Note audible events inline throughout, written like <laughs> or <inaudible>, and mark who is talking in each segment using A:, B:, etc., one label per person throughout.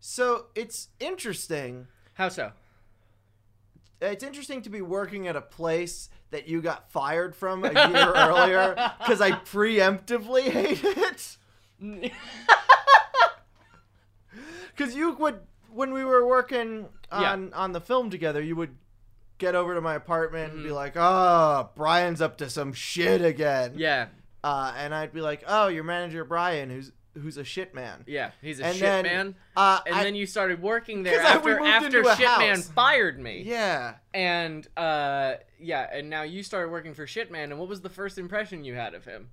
A: So it's interesting.
B: How <laughs> so?
A: It's interesting to be working at a place that you got fired from a
B: <laughs>
A: year earlier because I preemptively <laughs> hate it. Because you would, when we were working
B: Yeah.
A: on on the film together, you would get over to my apartment
B: Mm-hmm.
A: and be like, "Oh, Brian's up to some shit again."
B: yeah,
A: Uh, and I'd be like, "Oh, your manager Brian, who's who's a shit man."
B: yeah. He's a
A: And
B: shit
A: then,
B: man.
A: Uh,
B: And
A: I-
B: then you started working there
A: 'Cause I- we
B: after
A: moved
B: after
A: into a
B: shit man
A: house.
B: fired me.
A: yeah,
B: And uh, yeah, and now you started working for shit man. And what was the first impression you had of him?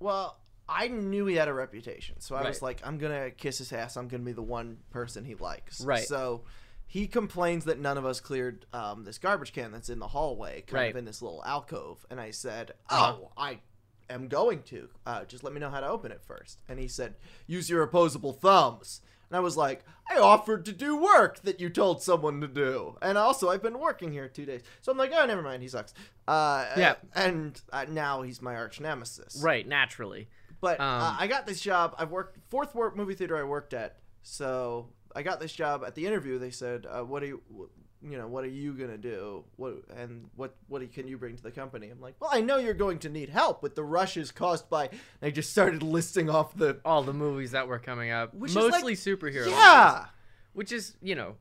A: well, I knew he had a reputation, so I was
B: Right.
A: like, "I'm gonna kiss his ass. I'm gonna be the one person he likes."
B: Right.
A: So. He complains that none of us cleared um, this garbage can that's in the hallway, kind
B: Right.
A: of in this little alcove. And I said,
B: Uh-huh.
A: "Oh, I am going to. Uh, just let me know how to open it first. And he said, "Use your opposable thumbs." And I was like, "I offered to do work that you told someone to do, and also I've been working here two days." So I'm like, "Oh, never mind. He sucks." Uh,
B: Yeah.
A: And uh, now he's my arch nemesis.
B: Right, naturally.
A: But uh,
B: Um,
A: I got this job. I've worked fourth wor- movie theater I worked at. So I got this job. At the interview, they said, uh, "What are you?" Wh- you know what are you gonna do? What and what what do- can you bring to the company? I'm like, well, I know you're going to need help with the rushes caused by. And I just started listing off the
B: All the movies that were coming up,
A: Which is like-
B: mostly superhero. movies,
A: yeah
B: which is you know,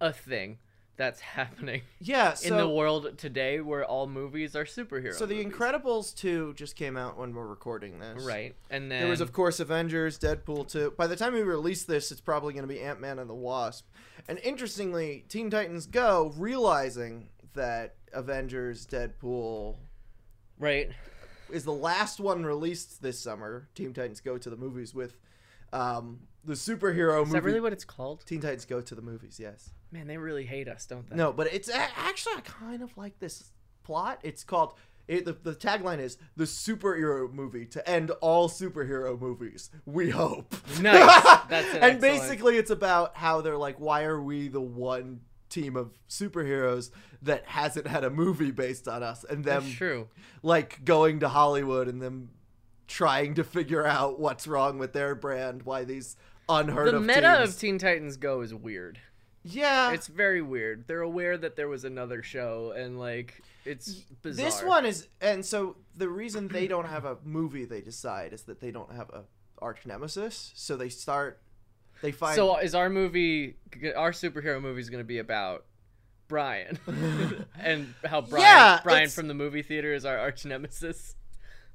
B: a thing that's <laughs> happening
A: yeah. So
B: in the world today, where all movies are superhero.
A: so the
B: movies.
A: Incredibles two just came out when we're recording this.
B: right, and then
A: There was of course Avengers, Deadpool two. By the time we release this, it's probably going to be Ant Man and the Wasp. And interestingly, Teen Titans Go realizing that Avengers, Deadpool
B: right,
A: is the last one released this summer. Teen Titans Go to the movies with um, the superhero
B: is
A: movie.
B: that really what it's called?
A: Teen Titans Go to the movies. Yes.
B: Man, they really hate us, don't they?
A: No, but it's a- actually I kind of like this plot. It's called it, the, the tagline is the superhero movie to end all superhero movies. We hope. <laughs>
B: Nice. That's an
A: and
B: excellent-
A: basically, it's about how they're like, why are we the one team of superheroes that hasn't had a movie based on us? And them
B: that's true.
A: like going to Hollywood and them trying to figure out what's wrong with their brand, why these unheard
B: The
A: of
B: meta
A: teams.
B: of Teen Titans Go is weird.
A: yeah,
B: It's very weird. They're aware that there was another show, and like it's bizarre.
A: This one is, and so the reason they don't have a movie they decide is that they don't have a arch nemesis. So they start, they find.
B: So uh, is our movie, our superhero movie, is going to be about
A: <laughs>
B: Brian <laughs> and how Brian,
A: Yeah,
B: Brian
A: it's-
B: from the movie theater is our arch nemesis.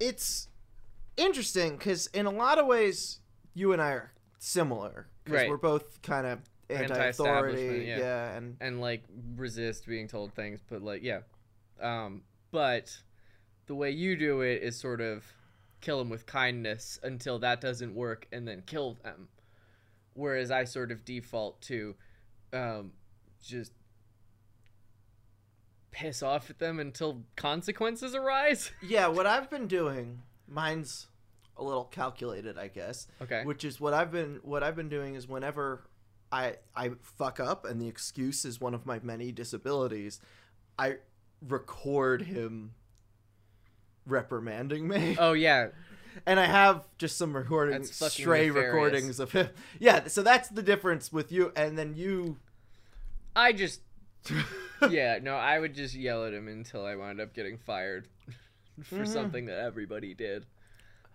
A: it's interesting because in a lot of ways, you and I are similar because
B: Right.
A: we're both kind of
B: Anti-establishment,
A: anti-authority.
B: yeah.
A: Yeah. and
B: and like resist being told things but like yeah um but the way you do it is sort of kill them with kindness until that doesn't work and then kill them whereas i sort of default to um just piss off at them until consequences arise <laughs>
A: yeah, what I've been doing, mine's a little calculated, I guess.
B: okay
A: which is what I've been what I've been doing is whenever I I fuck up and the excuse is one of my many disabilities, I record him reprimanding me.
B: oh yeah
A: <laughs> And I have just some recordings,
B: That's fucking
A: stray
B: nefarious.
A: recordings of him. <laughs> Yeah, so that's the difference with you and then you
B: i just <laughs> yeah no i would just yell at him until i wound up getting fired <laughs> for
A: Mhm.
B: something that everybody did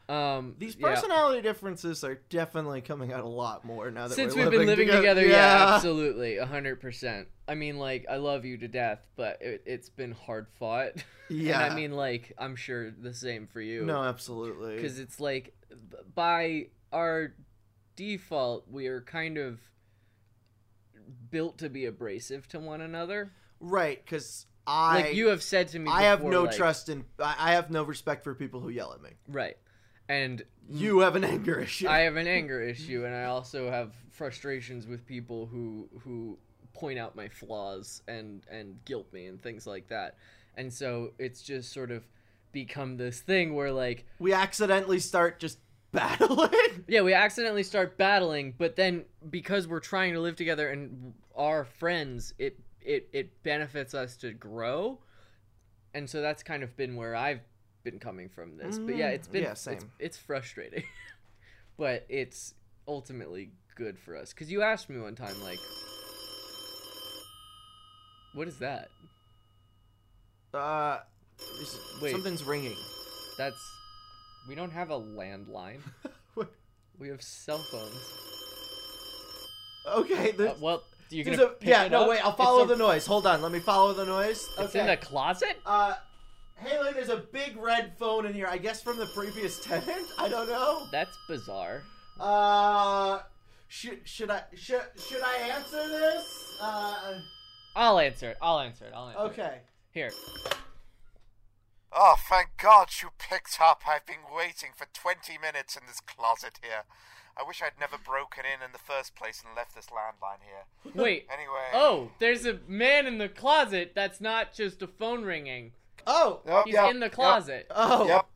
B: um
A: <laughs> These
B: yeah.
A: personality differences are definitely coming out a lot more now that
B: since
A: we're
B: we've been living together, yeah,
A: Yeah.
B: absolutely, hundred percent. I mean, like, I love you to death, but it, it's been hard fought. <laughs>
A: Yeah.
B: and I mean, like, I'm sure the same for you.
A: No, absolutely.
B: because it's like b- by our default, we are kind of built to be abrasive to one another.
A: right, cuz I
B: like you have said to me,
A: I have
B: before,
A: no
B: like-
A: trust in. I I have no respect for people who yell at me.
B: Right, and
A: You have an anger issue.
B: Mm. I have an anger issue, and I also have frustrations with people who who point out my flaws and and guilt me and things like that. And so it's just sort of become this thing where like,
A: we accidentally start just
B: <laughs>
A: battling.
B: yeah, we accidentally start battling, but then because we're trying to live together and are friends, it it it benefits us to grow. And so that's kind of been where I've been coming from this. But yeah,
A: Mhm.
B: it's been
A: Yeah,
B: <laughs> it's-
A: same.
B: it's frustrating. but it's ultimately good for us. Because you asked me one time, like, what is that?
A: Uh, is-
B: Wait.
A: something's ringing. <laughs>
B: That's. We don't have a landline. We have cell phones.
A: okay.
B: Uh,
A: There's,
B: well, you can.
A: there's a, yeah. No, wait. I'll follow the noise. Hold on. Let me follow the noise. Okay.
B: It's in the closet.
A: Uh, Haley, there's a big red phone in here. I guess from the previous tenant. I don't know.
B: That's bizarre.
A: Uh, should should I should should I answer this? Uh,
B: I'll answer it. I'll answer it. I'll answer it.
A: okay.
B: Here.
C: Oh, thank God you picked up. I've been waiting for 20 minutes in this closet here. I wish I'd never broken in in the first place and left this landline here.
A: <laughs>
B: Wait.
C: Anyway.
B: Oh, there's a man in the closet. That's not just a phone ringing.
A: Oh.
C: Yep,
B: He's
C: yep,
B: in the
C: yep,
B: closet.
A: Oh.
C: Yep.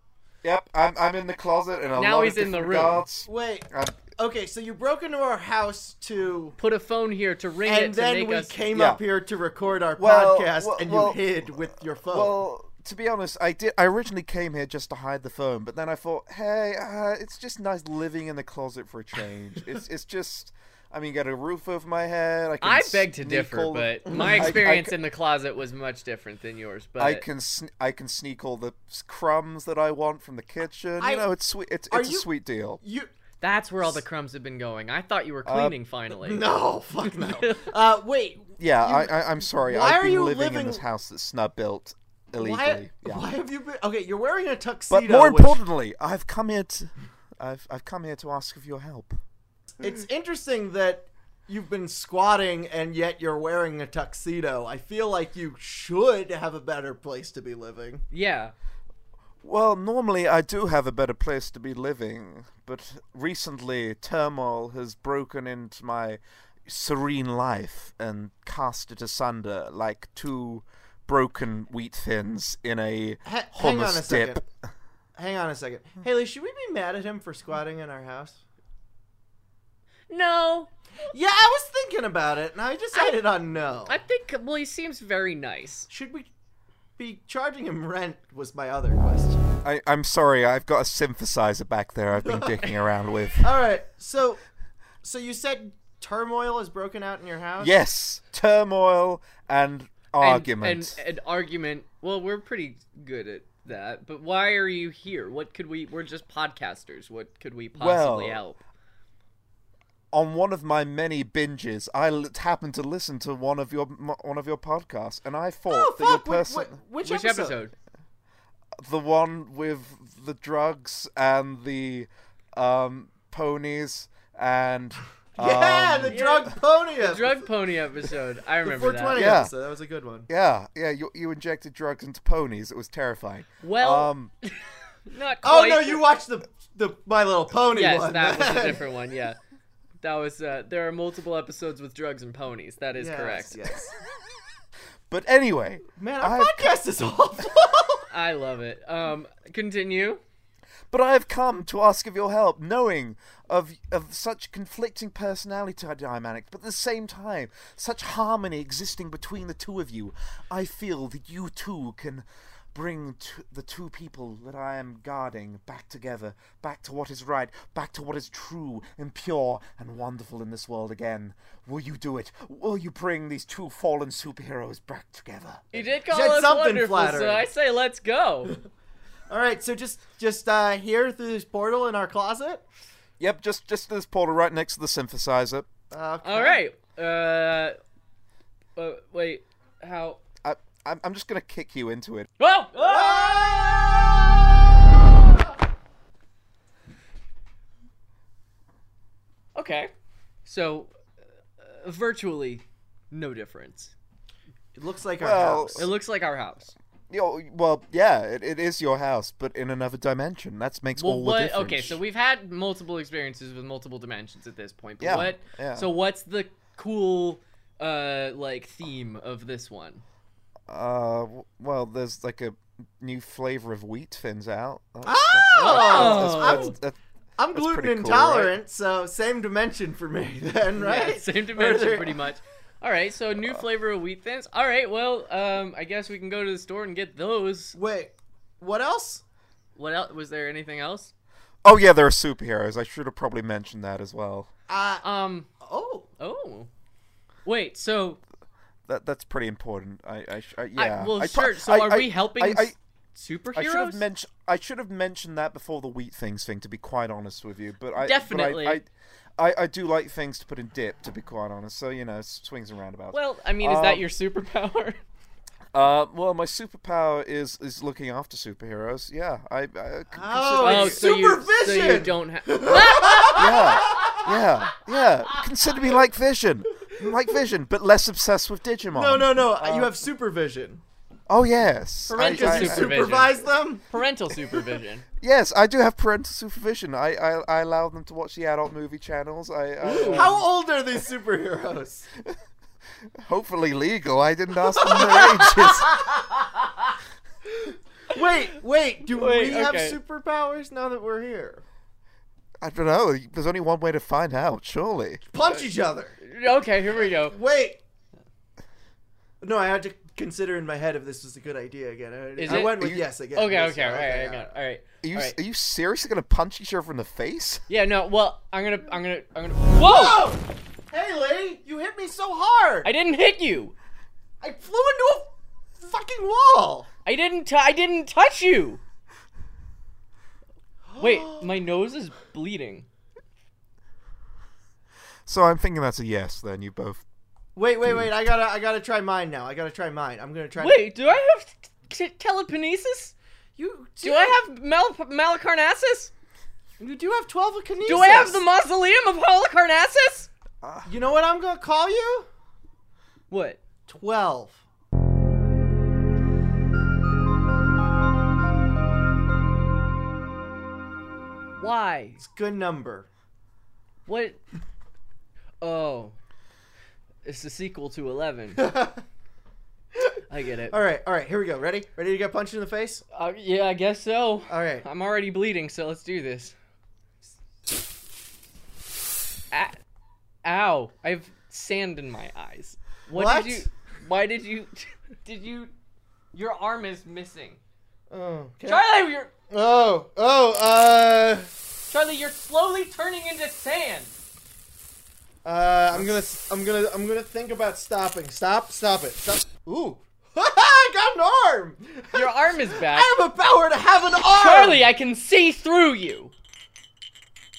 C: Yep, I'm, I'm in the closet and a
B: Now
C: lot
B: he's
C: of
B: in the
C: different
B: room.
C: Guards.
A: Wait.
C: I'm-
A: Okay. So you broke into our house to.
B: Put a phone here to ring it
A: And
B: to
A: then
B: make
A: we
B: us.
A: came
C: Yeah.
A: up here to record our
C: Well,
A: podcast,
C: well,
A: and
C: well,
A: you hid with your phone.
C: Well, to be honest, I did. I originally came here just to hide the phone, but then I thought, hey, uh, it's just nice living in the closet for a change. it's it's just, I mean, got a roof over my head. I, can
B: I beg to
C: sneak
B: differ,
C: all the-
A: <laughs>
B: but my
C: <laughs> I- I
B: experience
C: c-
B: in the closet was much different than yours. But
C: I can sn- I can sneak all the s- crumbs that I want from the kitchen.
A: I-
C: you know, it's sweet. It's,
A: are
C: it's
A: you-
C: a sweet deal.
A: you
B: that's where all the crumbs have been going. I thought you
A: Uh,
B: were cleaning finally.
A: <laughs> no, fuck
B: <laughs>
A: no. Uh, wait,
C: Yeah,
A: You-
C: I, I I'm sorry.
A: Why
C: I've
A: are
C: been
A: you
C: living, in
A: living-
C: this house that's snub built illegally.
A: why, <laughs>
C: yeah.
A: why have you been? Okay, you're wearing a tuxedo.
C: but more
A: which-
C: importantly, I've come here. To, I've I've come here to ask of your help.
A: it's interesting that you've been squatting and yet you're wearing a tuxedo. I feel like you should have a better place to be living.
B: Yeah.
C: Well, normally I do have a better place to be living, but recently turmoil has broken into my serene life and cast it asunder like two broken wheat thins in a
A: Ha- hang on a
C: hummus dip.
A: second. Hang on a second, Haley. Should we be mad at him for squatting in our house?
B: No.
A: Yeah, I was thinking about it, and I decided on no.
B: I think well, he seems very nice.
A: should we be charging him rent? Was my other question.
C: I, I'm sorry, I've got a synthesizer back there
A: <laughs>
C: I've been dicking around with.
A: All right. So, so you said turmoil has broken out in your house.
C: Yes, turmoil and
B: And-
C: argument.
B: And, and, argument. Well, we're pretty good at that. But why are you here? What could we? We're just podcasters. What could we possibly
C: Well,
B: help?
C: on one of my many binges, I l- happened to listen to one of your m- one of your podcasts, and I thought
A: Oh
C: that your
A: fuck! wh-
C: person,
A: wh- which,
B: Which
A: episode?
B: episode?
C: the one with the drugs and the um, ponies and
A: <laughs> Yeah,
C: um,
A: the drug pony. episode.
B: Drug pony episode. I
A: The
B: remember
A: 420
B: that.
C: Yeah.
A: episode. That was a good one.
C: yeah, yeah, you you injected drugs into ponies. It was terrifying.
B: Well,
C: um,
B: not
A: Oh
B: quite.
A: no, you watched the the My Little Pony
B: Yes,
A: one. <laughs>
B: that was a different one. Yeah. That was. Uh, there are multiple episodes with drugs and ponies. That is
A: Yes,
B: correct.
A: Yes.
C: but anyway,
A: Man, our
C: I've-
A: podcast is awful. <laughs>
B: I love it. Um, continue.
C: But I have come to ask of your help, knowing of of such conflicting personality dynamics, but at the same time, such harmony existing between the two of you. I feel that you two can bring t- the two people that I am guarding back together, back to what is right, back to what is true and pure and wonderful in this world again. Will you do it? Will you bring these two fallen superheroes back together?
B: You did call
A: said
B: us
A: something
B: wonderful, so
A: flattering.
B: I say let's
A: <laughs>
B: go.
A: All right, so just just uh, here through this portal in our closet.
C: Yep, just just this portal right next to the synthesizer.
A: Uh,
B: All right. Uh, uh wait. How?
C: I, I'm I'm just gonna kick you into it.
B: Oh! Ah!
A: Ah!
B: Okay. So, uh, virtually, no difference.
A: It looks like our
C: Well,
A: house.
B: It looks like our house.
C: Yo, well, yeah, it, it is your house, but in another dimension. That makes
B: Well,
C: all the
B: what?
C: difference.
B: Okay, so we've had multiple experiences with multiple dimensions at this point. But
C: Yeah,
B: what?
C: yeah.
B: So what's the cool, uh, like theme of this one? <laughs>
C: Uh, w- well, there's like a new flavor of wheat thins out. That's,
A: Oh,
C: that's-
A: I'm-
C: that's- that's-
A: I'm
C: That's pretty
A: gluten
C: cool, right?
A: intolerant, so same dimension for me <laughs> then, right?
B: Yeah, same dimension,
C: <laughs>
A: Further-
B: pretty much. All right, so new
C: Uh,
B: flavor of wheat thins. All right, well, um, I guess we can go to the store and get those.
A: Wait, what else?
B: What else? Was there anything else?
C: oh yeah, there are superheroes. I should have probably mentioned that as well.
A: Uh,
B: Um.
A: oh,
B: Oh. Wait. So
C: That that's pretty important. I, I, sh- I
B: I-
C: yeah.
B: well,
C: I pro-
B: sure. So
C: I-
B: are
C: I-
B: we helping
C: I, I,
B: s- superheroes?
C: I should have mentioned. I should have mentioned that before the wheat things thing. To be quite honest with you, but I but I-
B: Definitely.
C: I, I, I do like things to put in dip. To be quite honest, so you know, s- swings and roundabouts.
B: well, I mean, is that
C: Um,
B: your superpower?
C: uh, well, my superpower is is looking after superheroes. Yeah, I. I
A: Oh,
B: <laughs>
C: c-
B: oh,
A: it's
B: so you, so you
A: supervision!
B: don't <laughs> have.
C: yeah, yeah, yeah. Consider me like Vision, like Vision, but less obsessed with Digimon.
A: no, no, no!
B: Uh,
A: you have supervision.
C: Oh yes, I-
A: Parental
C: I- I-
B: supervision.
A: supervise them.
B: parental supervision.
C: yes, I do have parental supervision. I, I I allow them to watch the adult movie channels. I, I uh,
A: How old are these superheroes?
C: hopefully legal. I didn't ask them their
A: <laughs>
C: ages.
A: Wait, wait. Do
B: Wait,
A: we have
B: okay.
A: superpowers now that we're here?
C: I don't know. There's only one way to find out, surely.
A: Punch each other.
B: Okay, here we go.
A: Wait. No, I had to consider in my head if this was a good idea again. I,
B: Is
A: I
B: it-
A: went
C: are
A: with
C: you-
A: yes again.
B: Okay,
A: Yes,
B: okay, all right, I got
A: yeah.
B: it. All right.
C: Are you
B: All right.
C: are you seriously gonna punch each other in the face?
B: Yeah, no. Well, I'm gonna, I'm gonna, I'm gonna. Whoa!
A: Whoa! Hey, lady, you hit me so hard.
B: I
A: I,
B: didn't hit you.
A: flew into a fucking wall.
B: I didn't. T- I didn't touch you. <gasps> Wait, my nose is bleeding.
C: So I'm thinking that's a yes. Then you both.
A: Wait, wait, wait. I gotta, I gotta try mine now. I gotta try mine. I'm gonna try. to-
B: Wait, do I have t- telekinesis?
A: you
B: Do I have Mal- Malacarnassus?
A: You do have twelve of kinesis.
B: Do I have the mausoleum of Holocarnassus?
A: You know what I'm gonna call you?
B: What?
A: Twelve.
B: Why?
A: It's a good
B: <laughs>
A: number.
B: What? Oh, it's the sequel to
A: <laughs>
B: Eleven. I get it.
A: All right, all right. Here we go. Ready? Ready to get punched in the face?
B: Uh, yeah, I guess so.
A: All right.
B: I'm already bleeding, so let's do this. Ah, ow! I have sand in my eyes. What,
A: What?
B: did you? Why did you? <laughs> Did you? Your arm is missing.
A: Oh. can I-
B: Um, Charlie, you're
A: Oh. Oh.
B: Charlie, you're slowly turning into sand.
A: Uh. Uh. I'm gonna. I'm gonna. I'm gonna think about stopping. Stop. Stop it. Stop. Ooh. <laughs> I got an arm. <laughs>
B: Your arm is back.
A: I have a power to have an arm.
B: Charlie, I can see through you.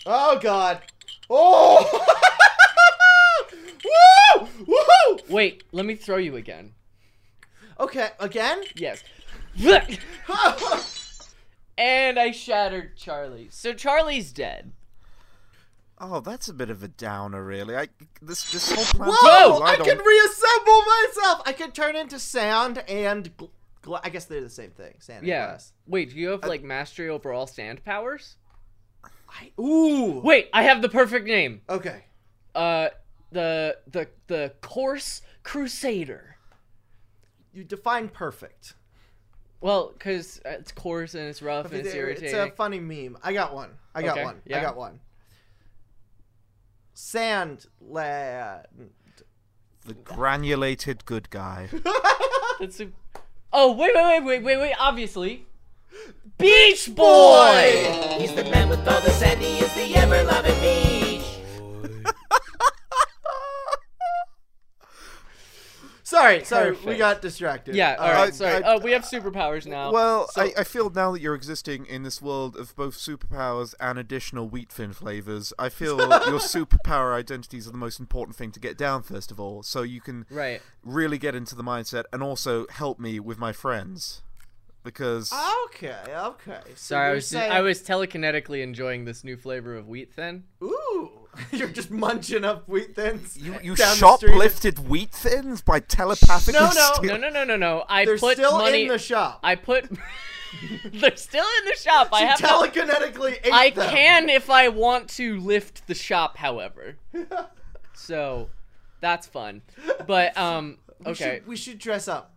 A: Oh God. Oh. <laughs> Woo! Woo!
B: Wait, let me throw you again.
A: Okay. Again. <laughs>
B: Yes. <laughs> Look! and I shattered Charlie. So Charlie's dead.
C: Oh, that's a bit of a downer, really. I this this whole plan.
A: Whoa!
C: is
A: I
C: relied
A: can <laughs>
C: on-
A: reassemble myself. I can turn into sand and. Gl- gla- I guess they're the same thing. Sand and
B: Yeah.
A: glass.
B: Wait, do you have like mastery over all sand powers?
A: I, ooh.
B: Wait, I have the perfect name.
A: Okay.
B: Uh the the the coarse crusader.
A: You define perfect.
B: Well, cuz it's coarse and it's rough and it's
A: It's
B: irritating.
A: a funny meme. I got one. I got
B: Okay,
A: one. I
B: yeah.
A: got one. Sand lad.
C: the granulated
A: <laughs>
C: good guy.
B: That's a Oh, wait, wait, wait, wait, wait, wait. Obviously. Beach boy.
D: He's the man with all the sand. He is the ever-loving beach.
A: <laughs> Sorry, sorry, we
B: Perfect.
A: got distracted.
B: Yeah, all
A: Uh,
B: right.
C: I-
B: sorry.
C: I-
B: uh, we have superpowers now.
C: Well, I, I feel now that you're existing in this world of both superpowers and additional wheat fin flavors,
A: <laughs>
C: I feel your superpower identities are the most important thing to get down first of all, so you can
B: Right.
C: really get into the mindset and also help me with my friends because
A: Ah! Uh, Okay, okay. So
B: Sorry, I
A: you're
B: was just,
A: saying-
B: I was telekinetically enjoying this new flavor of wheat thin.
A: Ooh, <laughs> you're just munching up wheat thins.
C: you, you
A: down the street.
C: shoplifted wheat thins by telepathically
A: No, no,
C: steal-
B: No, no, no, no, no. I
A: They're
B: put
A: still
B: money.
A: in the shop.
B: I put. <laughs> They're still in the shop. I
A: She
B: have. not-
A: telekinetically ate
B: I
A: them.
B: can if I want to lift the
A: <laughs>
B: shop, however. so, that's fun. But um,
A: We
B: okay,
A: should, we should dress up.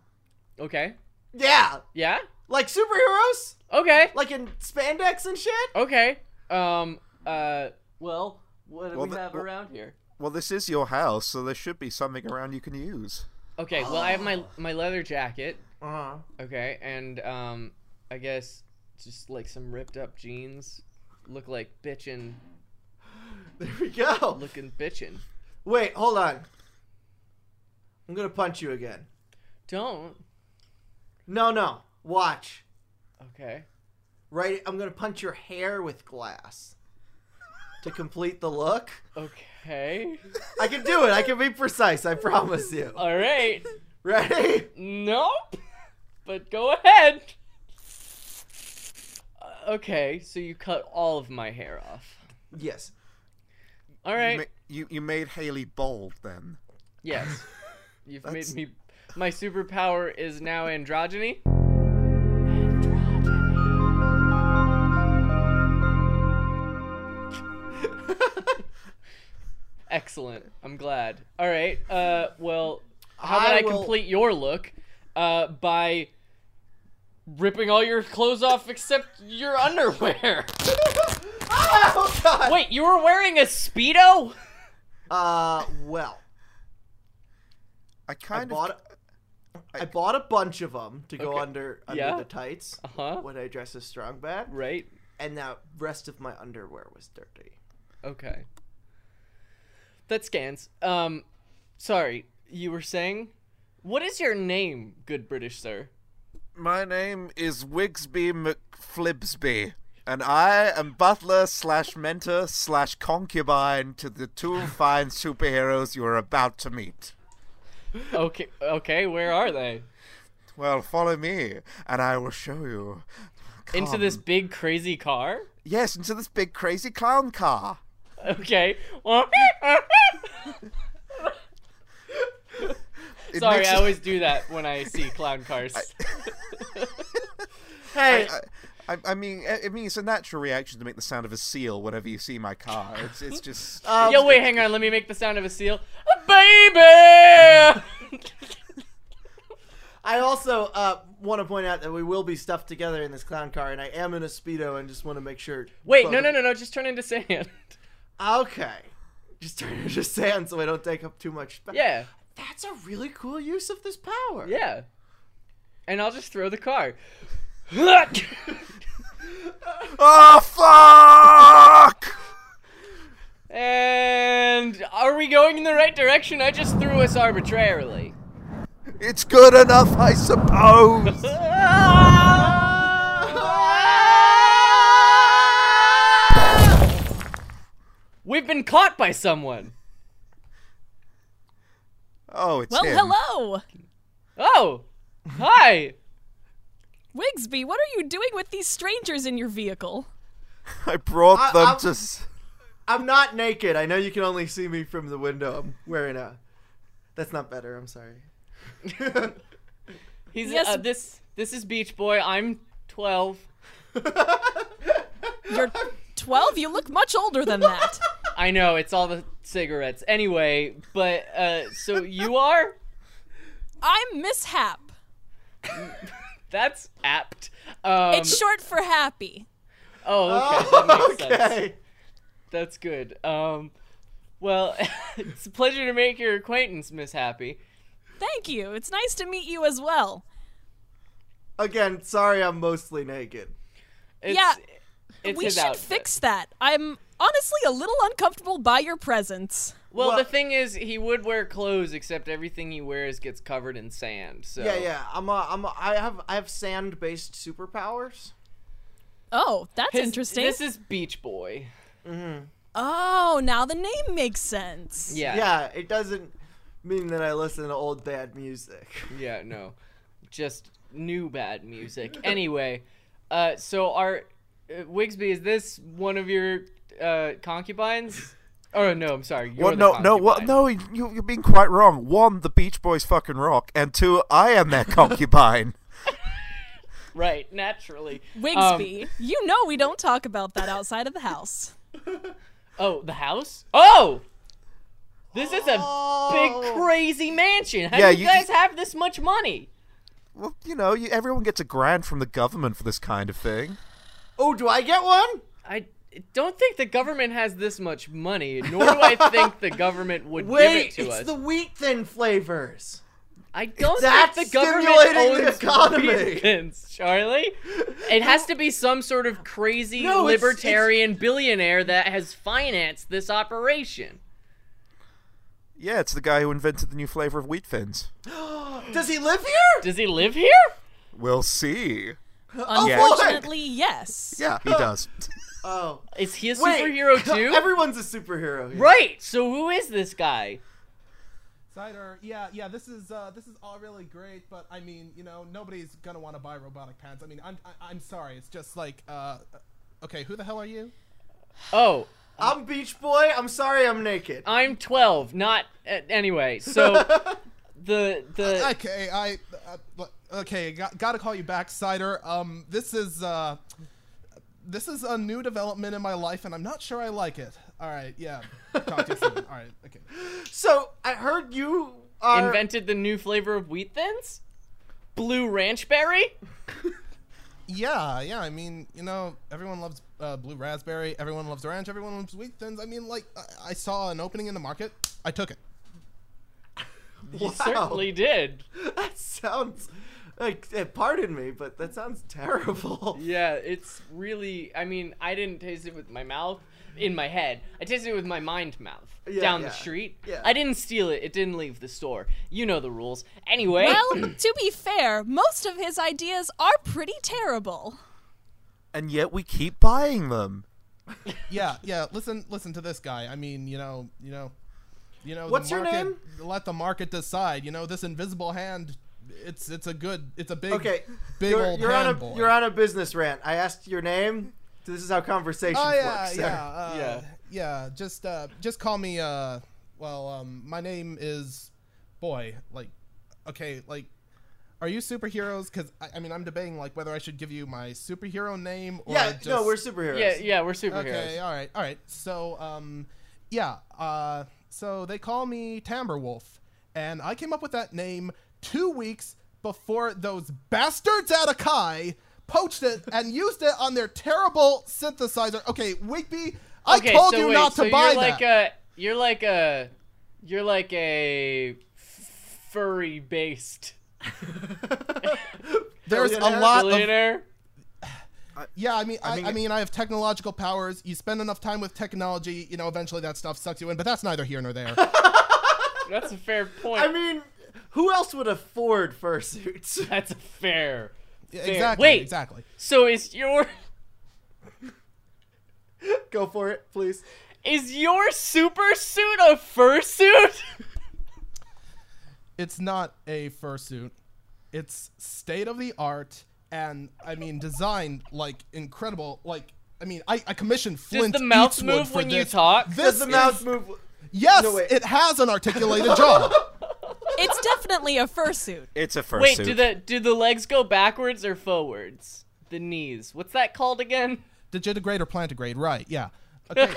B: okay,
A: Yeah,
B: yeah,
A: like superheroes,
B: okay,
A: like in spandex and shit.
B: okay. Um, uh, well, what do
C: Well,
B: we
C: the-
B: have
C: well-
B: around here?
C: well this is your house so there should be something around you can use
B: Okay, well, I have my my leather jacket.
A: Uh-huh. <laughs>
B: Okay, and um, I guess just like some ripped up jeans, look like bitchin'
A: There we go.
B: Looking bitchin'.
A: Wait, hold on. I'm gonna punch you again.
B: Don't.
A: No, no. Watch.
B: Okay.
A: Right. I'm gonna punch your hair with glass to complete the look.
B: Okay.
A: I can do it. I can be precise. I promise you.
B: All right.
A: Ready?
B: Nope. But go ahead. Uh, Okay, so you cut all of my hair off.
A: Yes.
B: All
C: You,
B: right.
C: ma- you you made Haley bald then. <laughs>
B: yes. You've
C: That's-
B: made me. My superpower is now androgyny. Excellent. I'm glad. All right. Uh, well, <laughs> how about I,
A: I will-
B: complete your look uh, by ripping all your clothes off except your underwear?
A: <laughs> Oh God.
B: <laughs> Wait, you were wearing a speedo?
A: Uh, well,
C: I
A: I
C: kind of
A: bought. I bought a bunch of them to go
B: Okay.
A: under under
B: Yeah.
A: the tights
B: Uh huh.
A: when I dress as strong bad,
B: Right.
A: and the rest of my underwear was dirty.
B: Okay. That scans. Um, sorry, you were saying, what is your name, good British sir?
C: My name is Wigsby McFlibsby, and I am butler slash mentor slash concubine to the <laughs> two fine superheroes you are about to meet.
B: Okay, okay, where are they?
C: Well, follow me, and I will show you.
B: Into this big crazy car?
C: Yes, into this big crazy clown car.
B: <laughs> Okay.
C: It
B: sorry,
C: makes
B: I
C: it-
B: always do that when I see clown cars.
A: Hey,
C: <laughs> I, I, I mean, I I mean, it's a natural reaction to make the sound of a seal whenever you see my car. It's, it's
B: <laughs>
C: just.
A: um,
B: Yo, wait, hang on. Let me make the sound of a seal. Baby! <laughs>
A: I also uh, want to point out that we will be stuffed together in this clown car, and I am in a speedo, and just want to make sure.
B: wait, no, no, no, no. Just turn into sand. <laughs>
A: no. Okay, just turn it to sand so I don't take up too much space.
B: Yeah.
A: that's a really cool use of this power.
B: Yeah. And I'll just throw the car. <laughs>
C: oh fuck!
B: and are we going in the right direction? I just threw us arbitrarily.
C: It's good enough, I suppose.
B: We've been caught by someone.
C: Oh, it's
E: Well,
C: him.
E: hello,
B: Oh, hi.
E: Wigsby. What are you doing with these strangers in your vehicle?
C: I brought
A: I-
C: them
A: I'm-
C: to. s-
A: I'm not naked. I know you can only see me from the window. I'm wearing a. That's not better. I'm
B: <laughs>
A: sorry.
B: He's
E: Yes.
B: uh, this. This is Beach Boy. I'm 12.
E: You're 12. You look much older than that.
B: I know it's all the cigarettes. Anyway, but uh, so you are.
E: I'm Mishap.
B: Um, That's apt. Um,
E: It's short for happy.
B: oh, okay. That
A: <laughs>
B: makes sense.
A: okay.
B: That's good. Um, well, <laughs> it's a pleasure to make your acquaintance, Miss Happy.
E: Thank you. It's nice to meet you as well.
A: Again, sorry. I'm mostly naked.
B: It's,
E: Yeah,
B: it's
E: we
B: his
E: should
B: outfit.
E: fix that. I'm honestly a little uncomfortable by your presence.
B: Well,
A: Well-
B: the thing is, he would wear clothes, except everything he wears gets covered in sand. So
A: Yeah, yeah. I'm a. I'm a. I have. I have sand-based superpowers.
E: Oh, that's
B: His-
E: interesting.
B: This is Beach Boy.
E: oh, now the name makes sense.
B: Yeah, yeah,
A: Yeah. It doesn't mean that I listen to old bad music.
B: yeah. No, just new bad music. anyway, uh, so our uh, Wigsby is this one of your uh, concubines? Oh no, I'm sorry. You're
C: What?
B: the
C: No, no, what?
B: concubine.
C: No, you, you're being quite wrong. One, the Beach Boys fucking rock, and two, I am their concubine.
B: Right, naturally.
E: Wigsby, you know we don't talk about that outside of the
B: <laughs>
E: house.
B: Oh, the house? Oh! This is a big crazy mansion. How
C: Yeah,
B: do you,
C: you-
B: guys have this much money?
C: Well, you know, you, everyone gets a grant from the government for this kind of thing.
A: Oh, do I get one?
B: I don't think the government has this much money, nor do I think the government would
A: Wait,
B: give it to
A: it's
B: us.
A: the wheat thin flavors.
B: I don't
A: That's
B: think the government
A: stimulating the
B: owns
A: economy.
B: reasons, Charlie. It has to be some sort of crazy
A: No, it's- it's-
B: libertarian billionaire that has financed this operation.
C: Yeah, it's the guy who invented the new flavor of wheat thins.
A: Does he live here?
B: Does he live here?
C: We'll see.
E: Unfortunately, yes.
C: Yeah, he does.
A: Oh,
B: Is he a
A: wait. <laughs>
B: superhero too?
A: Everyone's a superhero. Here.
B: right. So who is this guy?
F: Cider, yeah, yeah. This is uh, this is all really great, but I mean, you know, nobody's gonna want to buy robotic pants. I mean, I'm I- I'm sorry. It's just like, uh, okay, who the hell are you?
B: Oh,
A: I'm Beach Boy. I'm sorry, I'm naked.
B: I'm 12. Not uh,
A: <laughs>
B: anyway. So the the
F: Okay, I uh, okay, got, gotta call you back, Cider. Um, this is uh, this is a new development in my life, and I'm not sure I like it. All right, yeah. Talk to you soon. All right, okay.
A: So I heard you are.
B: invented the new flavor of wheat thins? Blue ranch berry?
F: Yeah, yeah. I mean, you know, everyone loves uh, blue raspberry. Everyone loves orange. Everyone loves wheat thins. I mean, like, I, I saw an opening in the market. I took it.
B: You certainly did.
A: <laughs> That sounds like. eh, Pardon me, but that sounds terrible.
B: Yeah, it's really. I mean, I didn't taste it with my mouth in my head. I tasted it with my mind mouth
A: Yeah,
B: down
A: yeah,
B: the street.
A: yeah.
B: I didn't steal it. It didn't leave the store. You know the rules. Anyway,
E: Well, to be fair, most of his ideas are pretty terrible.
C: and yet we keep buying them.
F: Yeah, yeah. Listen, listen to this guy. I mean, you know, you know, you know.
A: What's
F: the
A: your
F: market,
A: name?
F: Let the market decide. You know, this invisible hand. It's it's a good. It's a big.
A: Okay.
F: Big
A: you're,
F: old
A: you're on
F: hand
A: a
F: boy.
A: you're on a business rant. I asked your name. So this is how conversations
F: Oh yeah,
A: work, sir.
F: yeah, uh,
B: Yeah.
F: yeah, Just uh, just call me. Uh, well, um, my name is boy. Like, okay, like, are you superheroes? Because I, I mean, I'm debating like whether I should give you my superhero name or
A: Yeah,
F: Just...
A: no, we're superheroes.
B: yeah, yeah, we're superheroes.
F: Okay, all right, all right. So, um, yeah, uh, so they call me Tamberwolf, and I came up with that name two weeks before those bastards at Akai poached it and used it on their terrible synthesizer. Okay, Wigby, I
B: Okay,
F: told
B: so
F: you
B: wait,
F: not
B: so
F: to buy
B: you're
F: that.
B: Like a, you're like a, you're like a furry based
A: <laughs>
B: <laughs>
F: There's a
A: Billionaire?
F: lot of
B: billionaire.
F: Yeah, I mean, I, I,
C: mean-
F: mean, I have technological powers. You spend enough time with technology, you know, eventually that stuff sucks you in. But that's neither here nor
B: <laughs>
F: there.
B: That's a fair point.
A: I mean, who else would afford fursuits?
B: <laughs> That's a fair.
F: exactly.
B: Wait.
F: Exactly.
B: So is your
A: Go for it, please.
B: is your super suit a fursuit? <laughs>
F: it's not a fursuit. It's state of the art and I mean designed like incredible like I mean I, I commissioned Flint
B: the mouth
F: Eastwood
B: move
F: for
B: when you
F: this.
B: talk?
F: This
A: Does the
F: is-
A: mouth move?
F: Yes,
A: No, wait.
F: it has an articulated jaw.
A: <laughs>
E: It's definitely a fursuit.
C: It's a fursuit.
B: Wait, do the do the legs go backwards or forwards? The knees. What's that called again?
F: Digitigrade or plantigrade, right? Yeah.
B: <laughs>
F: Okay.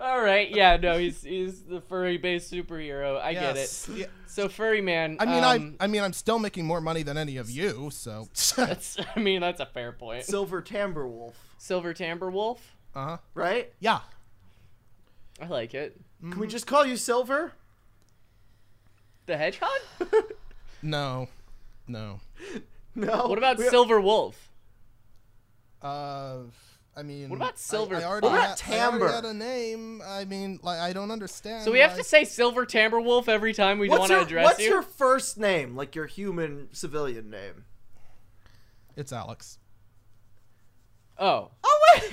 B: All right, yeah, no, he's he's the furry based superhero. I
F: yes.
B: get it.
F: Yeah.
B: So furry man.
F: I mean,
B: um,
F: I I mean, I'm still making more money than any of you, so. <laughs> uh
B: That's, <laughs> I mean, that's a fair point.
A: Silver Timber Wolf,
B: Silver Timber Wolf.
F: huh.
A: right?
F: Uh-huh. Yeah.
B: I like it.
A: Can we just call you Silver? <laughs>
B: The hedgehog?
F: No. No.
A: No.
B: What about
A: We-
B: Silver Wolf?
F: Uh, I mean,
B: What about
F: I-
B: silver?
F: I, already
A: What about
F: had- I already
A: timbre?
F: had a name. I mean, like I don't understand.
B: So we have
F: why-
B: to say Silver Timber Wolf every time we want
A: What's,
B: to
A: your,
B: address
A: what's
B: you.
A: your first name, like your human civilian name?
F: it's Alex.
B: Oh,
A: Oh wait,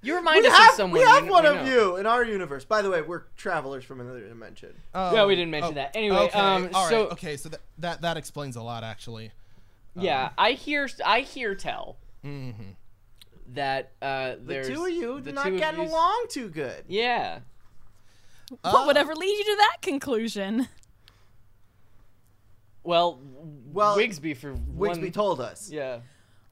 B: you
A: we
B: remind us
A: have,
B: of someone.
A: we have
B: kn-
A: one of
B: know.
A: you in our universe. By the way, we're travelers from another dimension.
F: Oh,
B: Yeah, we didn't mention that. Anyway,
F: okay,
B: um,
F: all right,
B: so-
F: okay, so that, that that explains a lot, actually.
B: Yeah, I hear I hear tell that uh,
A: The
B: there's
A: two of you
B: the
A: did not
B: two of
A: getting
B: yous-
A: along too good.
B: Yeah,
F: Uh,
E: What would ever lead you to that conclusion?
B: well,
A: Well,
B: well, Wigsby for
A: Wigsby
B: one.
A: told us.
B: yeah,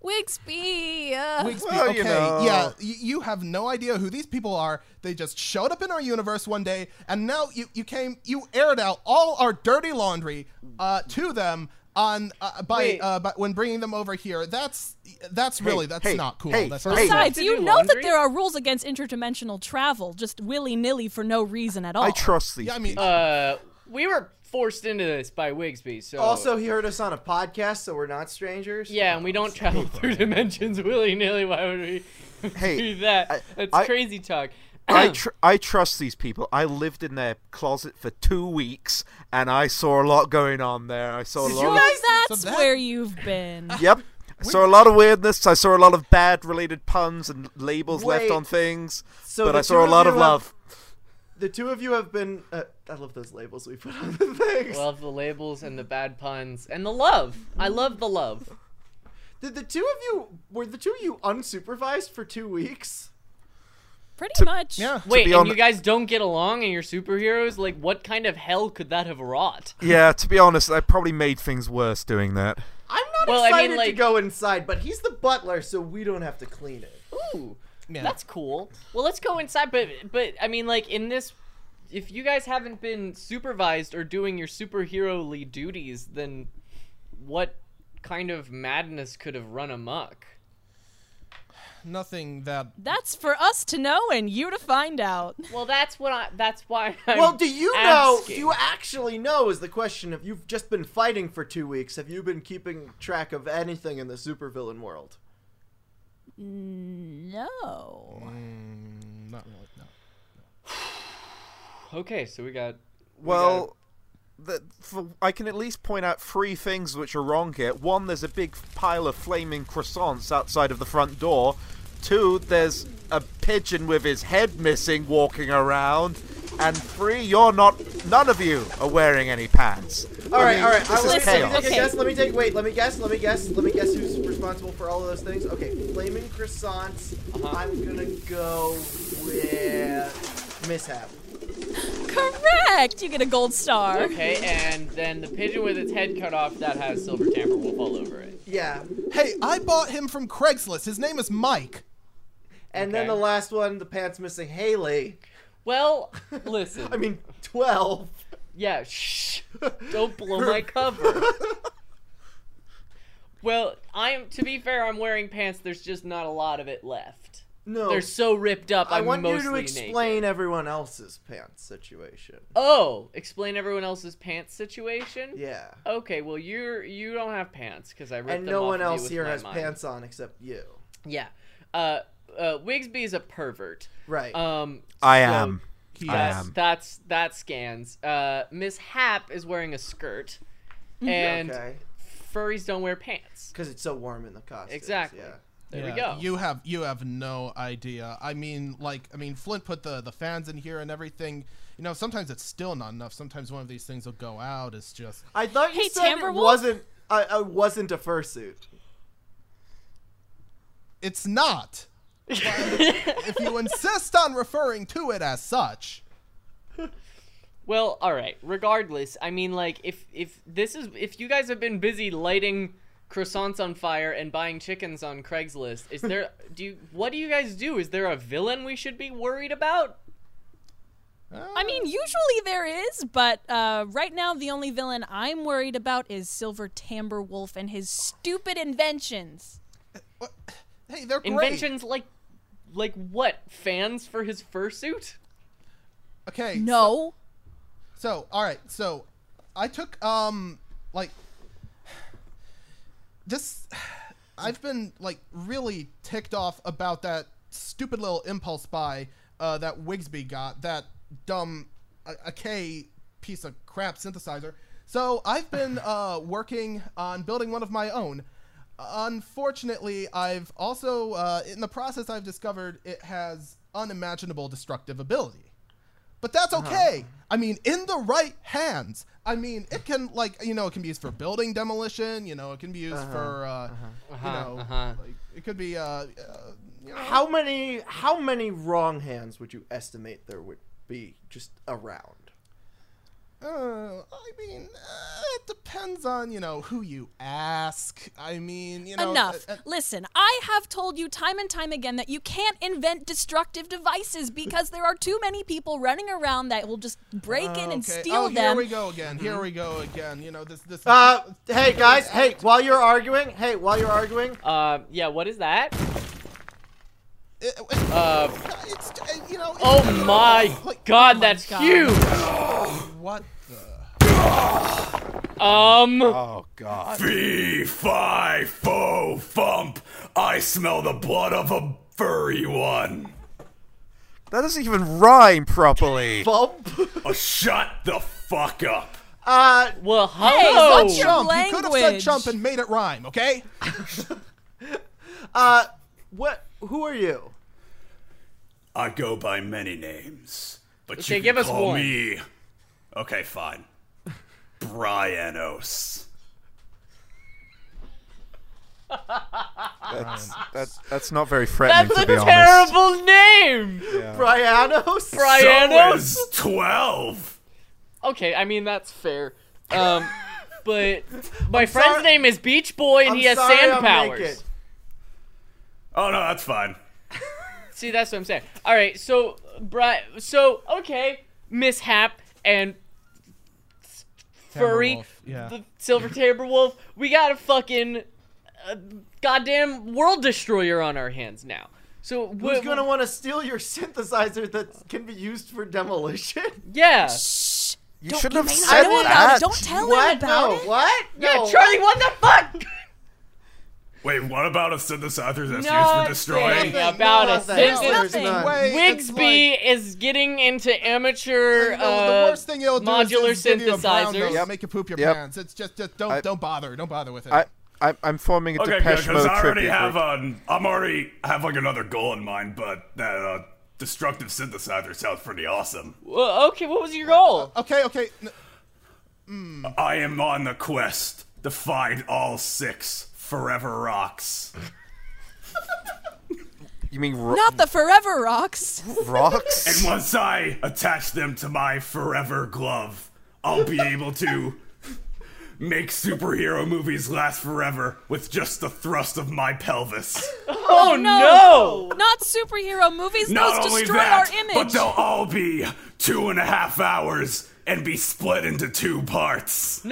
E: Wigsby! Uh,
F: Wigsby,
C: Well,
F: okay,
C: you know.
F: yeah, you, you have no idea who these people are. They just showed up in our universe one day, and now you you came, you aired out all our dirty laundry uh, to them on uh, by
B: Wait.
F: uh, by, when bringing them over here. That's that's really that's
C: hey,
F: not cool.
C: hey,
F: that's
C: hey.
F: not cool.
E: Besides,
B: To
E: you
B: do
E: know that
B: laundry?
E: there are rules against interdimensional travel, just willy nilly for no reason at all.
C: I trust these.
F: Yeah, I mean,
C: people.
B: uh, we were forced into this by Wigsby. So
A: Also, he heard us on a podcast, so we're not strangers.
B: yeah, and we don't travel <laughs> through dimensions willy nilly. Why would we <laughs>
C: Hey,
B: do that?
C: I-
B: That's
C: I-
B: crazy talk.
C: I tr- I trust these people. I lived in their closet for two weeks, and I saw a lot going on there. I saw a
F: Did
C: lot.
F: you
C: of-
F: guys-
E: That's
F: So that-
E: where you've been.
C: Yep. I saw a lot of weirdness. I saw a lot of bad related puns and labels
A: Wait.
C: left on things.
A: So
C: but
A: the
C: I saw
A: two
C: a lot
A: of
C: of
A: you have-
C: love.
A: The two of you have been. Uh, I love those labels we put on the things.
B: Love the labels and the bad puns and the love. I love the love.
A: Did the two of you were the two of you unsupervised for two weeks?
E: Pretty
C: To-
E: much.
F: Yeah.
B: Wait,
C: be
B: and
C: hon-
B: you guys don't get along and you're superheroes? Like, what kind of hell could that have wrought?
C: Yeah, to be honest, I probably made things worse doing that.
A: I'm not
B: Well, I
A: excited
B: mean,
A: to
B: like-
A: go inside, but he's the butler, so we don't have to clean it.
B: Ooh,
F: Yeah.
B: that's cool. Well, let's go inside. But, but I mean, like in this, if you guys haven't been supervised or doing your superhero-ly duties, then what kind of madness could have run amok?
F: nothing that
E: That's for us to know and you to find out.
B: Well, that's what I. That's <laughs> why. I'm
A: well, do you know? Do
B: asking.
A: you actually know? Is the question. If you've just been fighting for two weeks, have you been keeping track of anything in the supervillain world?
E: No.
F: not really no.
B: Okay, so we got. we
C: Well, the, for, I can at least point out three things which are wrong here. One, there's a big pile of flaming croissants outside of the front door. Two, there's a pigeon with his head missing walking around. And three, you're not. None of you are wearing any pants.
A: All right, all right.
C: This
A: I,
C: is
A: let, let
E: listen,
A: me
C: chaos.
A: take
E: Okay.
A: a guess. Let me take. Wait. Let me guess. Let me guess. Let me guess who's responsible for all of those things. Okay, flaming croissants.
B: Uh-huh.
A: I'm gonna go with mishap.
E: Correct. You get a
B: <laughs>
E: gold star.
B: Okay, and then the pigeon with its head cut off that has silver tamper wolf all over it.
A: Yeah.
F: Hey, I bought him from Craigslist. His name is Mike.
A: And then
B: Okay.
A: the last one, the pants missing Haley.
B: Well, <laughs> listen.
A: I mean, <laughs> twelve.
B: Yeah,
A: <laughs>
B: shh. Don't blow my cover. well, I'm to be fair, I'm wearing pants. There's just not a lot of it left.
A: No.
B: They're so ripped up.
A: I
B: I'm
A: want you
B: mostly
A: to explain
B: naked.
A: everyone else's pants situation.
B: Oh, explain everyone else's pants situation.
A: Yeah.
B: Okay, well you're you don't have pants because I ripped
A: And
B: them
A: no
B: off
A: one
B: of you
A: else
B: with
A: here
B: my
A: has
B: mind.
A: pants on except you.
B: Yeah. Uh, uh, Wigsby is a pervert.
A: Right.
B: Um,
C: I
B: so-
C: am. I
B: That's,
C: am.
B: that's that scans. Uh, Miss Hap is wearing a skirt,
A: <laughs>
B: and
A: okay.
B: furries don't wear pants.
A: Because it's so warm in the costume.
B: Exactly.
A: Yeah.
B: There we
F: Yeah,
B: go.
F: You have you have no idea. I mean, like I mean, Flint put the the fans in here and everything. You know, sometimes it's still not enough. Sometimes one of these things will go out. It's just
A: I thought you
E: Hey,
A: said it
E: Timberwolf?
A: wasn't. I, I wasn't a fursuit.
E: <laughs>
F: it's not. But if you insist on referring to it as such,
B: well, all right. Regardless, I mean, like, if if this is if you guys have been busy lighting croissants on fire and buying chickens on Craigslist, is there do you what do you guys do? Is there a villain we should be worried about?
F: uh,
E: I mean, usually there is, but uh, right now the only villain I'm worried about is Silver Tamber Wolf and his stupid inventions.
F: hey, they're great.
B: Inventions like like what? Fans for his fursuit?
F: Okay.
E: No.
F: So, all right. So, I took um like this I've been like really ticked off about that stupid little impulse buy uh, that Wigsby got, that dumb uh, a, a K piece of crap synthesizer. So, I've been uh, working on building one of my own. Unfortunately, I've also uh, in the process I've discovered it has unimaginable destructive ability. But that's
B: Uh-huh.
F: okay. I mean, in the right hands. I mean, it can like you know it can be used for building demolition. You know, it can be used
B: Uh-huh.
F: for uh, you know like, it could be uh, uh you know,
A: How many? How many wrong hands would you estimate there would be just around?
F: uh, I mean uh, it depends on you know who you ask. I mean you know
E: Enough.
F: uh, uh,
E: Listen, I have told you time and time again that you can't invent destructive devices because there are too many people running around that will just break in and
F: okay.
E: steal
F: oh, Here
E: them.
F: we go again. Here
B: Mm-hmm.
F: we go again. You know this this.
A: Uh, hey guys, hey, while you're arguing, hey, while you're arguing,
B: Uh, yeah. What is that?
F: it- it-
B: Uh,
F: it's uh, you know.
B: oh
F: it's-
B: my
F: like,
B: god, that's huge!
F: Wow. What the?
B: Um,
C: Oh God.
G: Fee, fi, fo, fump. I smell the blood of a furry one.
C: That doesn't even rhyme properly.
A: Bump.
B: <laughs>
G: Oh, shut the fuck up.
A: Uh,
B: well,
E: Hey,
B: hello.
E: what's your
F: Chump, Oh, you could have said
E: language?
F: chump and made it rhyme, okay?
A: uh, what? Who are you?
G: I go by many names, but
B: Okay,
G: you can
B: give us
G: call
B: one.
G: me. Okay, fine. Brianos.
C: That's, that's that's not very threatening
B: That's
C: to
B: a
C: be honest.
B: terrible name.
A: Brianos?
G: So
B: Brianos.
G: is twelve.
B: Okay, I mean that's
F: <laughs>
B: fair. Um, but my friend's name is Beach Boy, and he has sand powers.
G: Oh no, that's fine.
B: See, that's what I'm saying. All right, so Bri- so okay, mishap and furry,
F: Timberwolf, yeah.
B: the
F: <laughs>
B: silver tabor wolf. We got a fucking uh, goddamn world destroyer on our hands now. So
A: Who's gonna want to steal your synthesizer that can be used for demolition?
B: Yeah,
C: You
E: Don't-
C: shouldn't
E: you
C: have
E: may not
C: said
E: know about
C: that.
E: it. Don't tell him
A: What?
E: about
A: No.
E: it.
A: What?
B: yeah,
A: No.
B: Charlie, what the fuck?
G: Wait, what about a synthesizer that's used
B: Nothing.
G: for destroying?
B: Nothing. about
A: No,
B: a
A: there's
E: synthesis.
A: none.
E: Wait.
F: Wait, <laughs> it's
B: Wigsby
F: like-
B: is getting into amateur
F: No,
B: uh,
F: the worst thing it'll do
B: modular
F: is just give you a brown
B: synthesizers.
F: nose, make you poop your
C: Yep.
F: pants. It's just, just don't,
C: I-
F: don't bother. Don't bother with it.
C: I, I I'm forming a
G: Okay,
C: Depeche
G: because
C: Mode
G: I already
C: tribute.
G: have
C: group.
G: um, I'm already have like another goal in mind, but that uh, destructive synthesizer sounds pretty awesome.
B: Well, okay, what was your goal?
F: okay, okay. n-
G: I am on the quest to find all six forever rocks.
C: You mean ro-
E: Not the Forever Rocks.
C: rocks?
G: And once I attach them to my forever glove, I'll be able to make superhero movies last forever with just the thrust of my pelvis.
B: Oh no!
E: Not superhero movies.
G: Not
E: Those
G: only
E: destroy
G: that,
E: our image.
G: but they'll all be two and a half hours and be split into two parts.
B: Who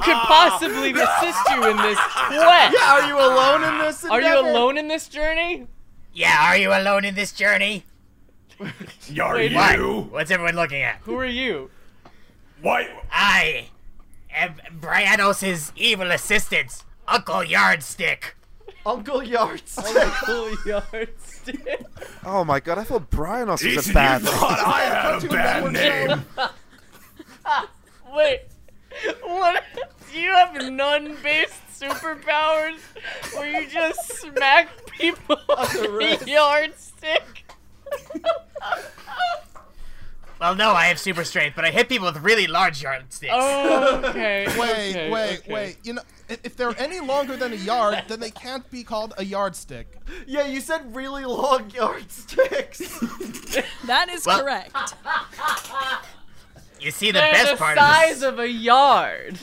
B: could possibly assist you in this quest?
A: Are you alone in this?
B: Are you
A: endeavor?
B: alone in this journey?
H: Yeah, are you alone in this journey?
G: Are
B: Wait,
G: you?
H: What's everyone looking at?
B: Who are you?
G: Why?
H: I am Brianos' evil assistant, Uncle Yardstick.
A: Uncle Yards.
B: Full yardstick.
C: Oh my God! I thought Brian was
G: Ethan,
C: a
G: you
C: bad.
G: thought I had a bad name.
B: Wait, what? Do you have nun-based superpowers where you just smack
A: <laughs>
B: people with a yardstick?
H: Well, no, I have super strength, but I hit people with really large yardsticks.
B: Oh, okay.
F: Wait,
B: okay,
F: wait,
B: okay.
F: wait. You know, i- if they're any longer than a yard, then they can't be called a yardstick.
A: yeah, you said really long <laughs> yardsticks.
E: That is
H: Well-
E: correct.
H: You see, the
B: They're
H: best
B: the
H: part
B: size
H: of
B: of
H: this,
B: a yard.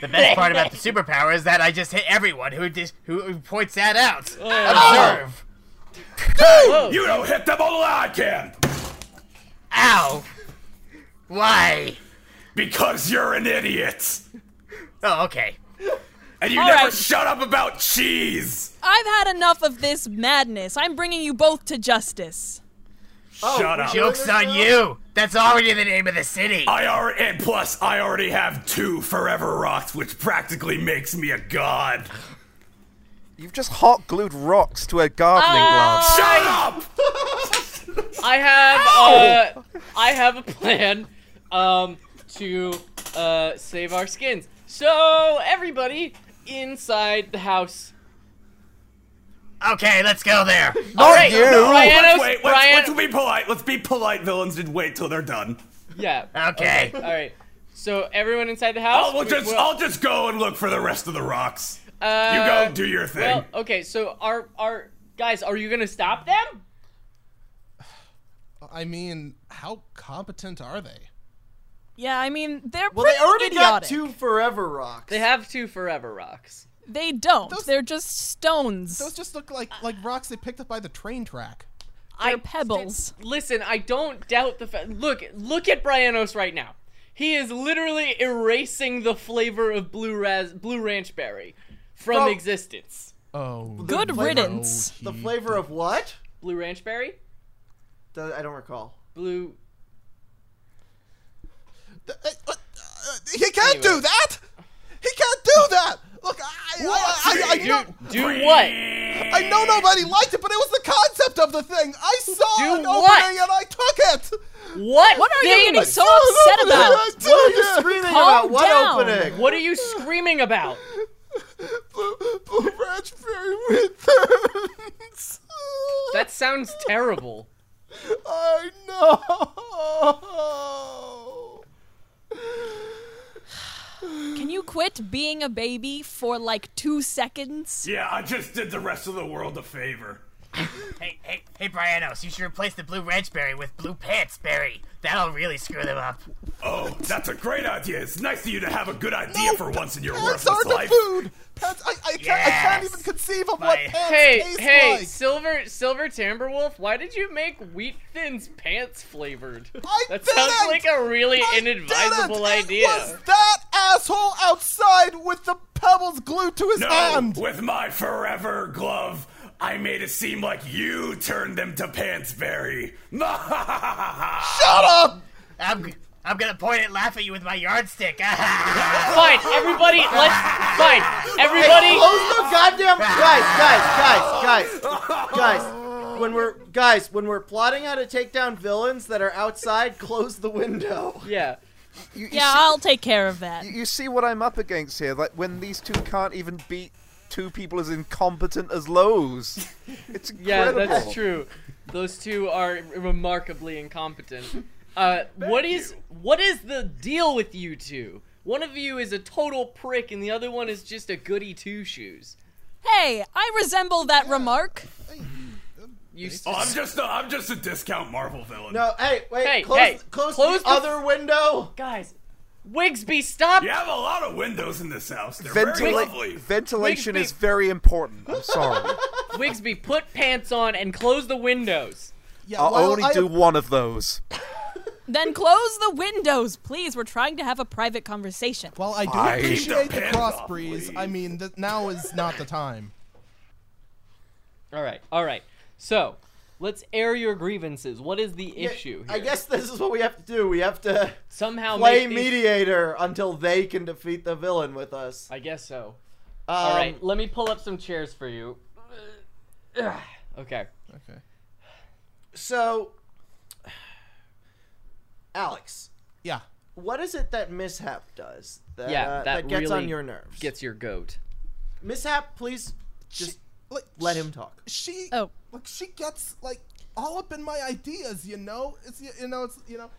H: the best part about the superpower is that I just hit everyone who dis- who who points that out.
B: Oh.
H: Observe.
G: You don't hit them all I can
H: Ow. Why?
G: because you're an idiot
H: Oh, okay.
G: and you never
E: right.
G: shut up about cheese.
E: I've had enough of this madness. I'm bringing you both to justice. Oh,
G: shut up.
H: Jokes on you. That's already the name of the city.
G: I are and plus I already have two forever rocks, which practically makes me a god.
C: You've just hot glued rocks to a gardening glove.
G: Shut up!
B: I have uh, I have a plan um, to uh, save our skins. So everybody inside the house.
H: Okay, let's go there.
C: Not
B: right,
C: you.
B: no, I- Brianos,
G: wait, let's,
B: Brian-
G: let's be polite. Let's be polite. Villains did wait till they're done.
B: Yeah.
H: Okay.
B: All right. So everyone inside the house.
G: I'll we'll
B: we-
G: just
B: Oh, we'll-
G: I'll just go and look for the rest of the rocks.
B: uh,
G: You go do your thing.
B: Well, okay. So our our guys, are you gonna stop them?
F: I mean, how competent are they?
E: Yeah, I mean they're
A: Well,
E: pretty
A: they already got
E: idiotic.
A: two forever rocks.
B: They have two forever rocks.
E: They don't.
F: Those-
E: They're just stones.
F: Those just look like like rocks they picked up by the train track.
B: I-
E: pebbles.
B: listen, I don't doubt the fact. Look, look at Brianos right now. He is literally erasing the flavor of blue raz- blue ranch berry from
A: Well-
B: existence.
F: Oh,
E: Good
F: flavor-
E: riddance.
F: oh,
A: the flavor of what?
B: Blue Ranch Berry?
A: Th- I don't recall.
B: Blue.
F: Th- uh, uh, uh, He can't do
B: Anyway.
F: that. He can't do that. Look, I, I, I, I, know,
B: Do what?
F: I know nobody liked it, but it was the concept of the thing. I saw
B: Do
F: an
B: what?
F: opening and I took it.
B: What?
E: What are you
B: thing?
E: getting so upset about?
F: <laughs> I took
A: You're
F: it.
A: screaming
E: Calm
A: about what
E: down.
A: opening?
B: What are you screaming about?
F: Blue, Blue Ranch Fairy returns.
B: That sounds terrible.
F: I know.
E: Can you quit being a baby for like two seconds?
G: Yeah, I just did the rest of the world a favor.
H: Hey, hey, hey, Brianos, you should replace the blue ranch berry with blue pants berry. That'll really screw them up.
G: Oh, that's a great idea. It's nice of you to have a good idea
F: No,
G: for once in your
F: Pants
G: worthless
F: aren't a
G: life.
F: food. Pants, I, I, can't, I can't
H: Yes.
F: even conceive of <laughs> what
H: My-
F: pants
B: Hey,
F: taste
B: hey,
F: like.
B: Silver Silver Timberwolf, why did you make Wheat Thins pants flavored?
F: I
B: that
F: didn't.
B: sounds like a really
F: I
B: inadvisable
F: didn't.
B: idea.
F: It was that asshole outside with the pebbles glued to his
G: No,
F: hand.
G: with my forever glove, I made it seem like you turned them to <laughs> Pantsberry.
F: Shut up.
H: I'm, g- I'm gonna point and laugh at you with my yardstick. <laughs>
B: Fine, everybody, let's.
F: <laughs>
B: Fine, everybody.
A: Close the goddamn guys, guys, guys, guys, guys. When we're guys, when we're plotting how to take down villains that are outside, close the window.
B: Yeah.
C: You, you
E: Yeah,
C: see-
E: I'll take care of that.
C: you see what I'm up against here? Like when these two can't even beat two people as incompetent as Lowe's. It's
B: Yeah,
C: incredible.
B: that's true. Those two are remarkably incompetent.
A: <laughs>
B: Uh, what is what is the deal with you two? One of you is a total prick, and the other one is just a goody two shoes.
E: Hey, I resemble that remark.
B: You s-
G: oh, I'm just a, I'm just a discount Marvel villain.
A: No, Oh, hey, wait,
B: Hey,
A: close,
B: hey,
A: close,
B: close
A: the,
B: the-
A: other window.
B: guys, Wigsby, stop!
G: You have a lot of windows in this house. They're very lovely.
C: Ventila- ventilation
B: Wait,
C: is
B: wait.
C: very important. I'm sorry.
B: Wigsby, put pants on and close the windows.
F: Yeah,
C: I'll
F: well,
C: only
F: I-
C: Uh, do one of those.
E: Then close the windows, please. We're trying to have a private conversation.
F: Well, I do
C: Fine.
F: appreciate
G: Keep the
F: the
G: pants
F: cross
G: off,
F: breeze.
G: please.
F: I mean, th- now is not the time.
B: All right, all right. So let's air your grievances. What is the issue?
A: I
B: here?
A: guess this is what we have to do. We have to
B: somehow
A: play
B: make these-
A: mediator until they can defeat the villain with us.
B: I guess so.
A: Um,
B: All right, let me pull up some chairs for you. <sighs> Okay.
F: Okay.
A: So, <sighs> Alex,
F: Yeah.
A: what is it that mishap does? That,
B: Yeah,
A: uh,
B: that
A: gets on
B: really
A: your nerves.
B: Gets your goat.
A: mishap, please just
F: Like,
A: let
F: sh-
A: him talk.
F: She.
E: Oh.
F: Like she gets like all up in my ideas, you know. It's you know it's you know.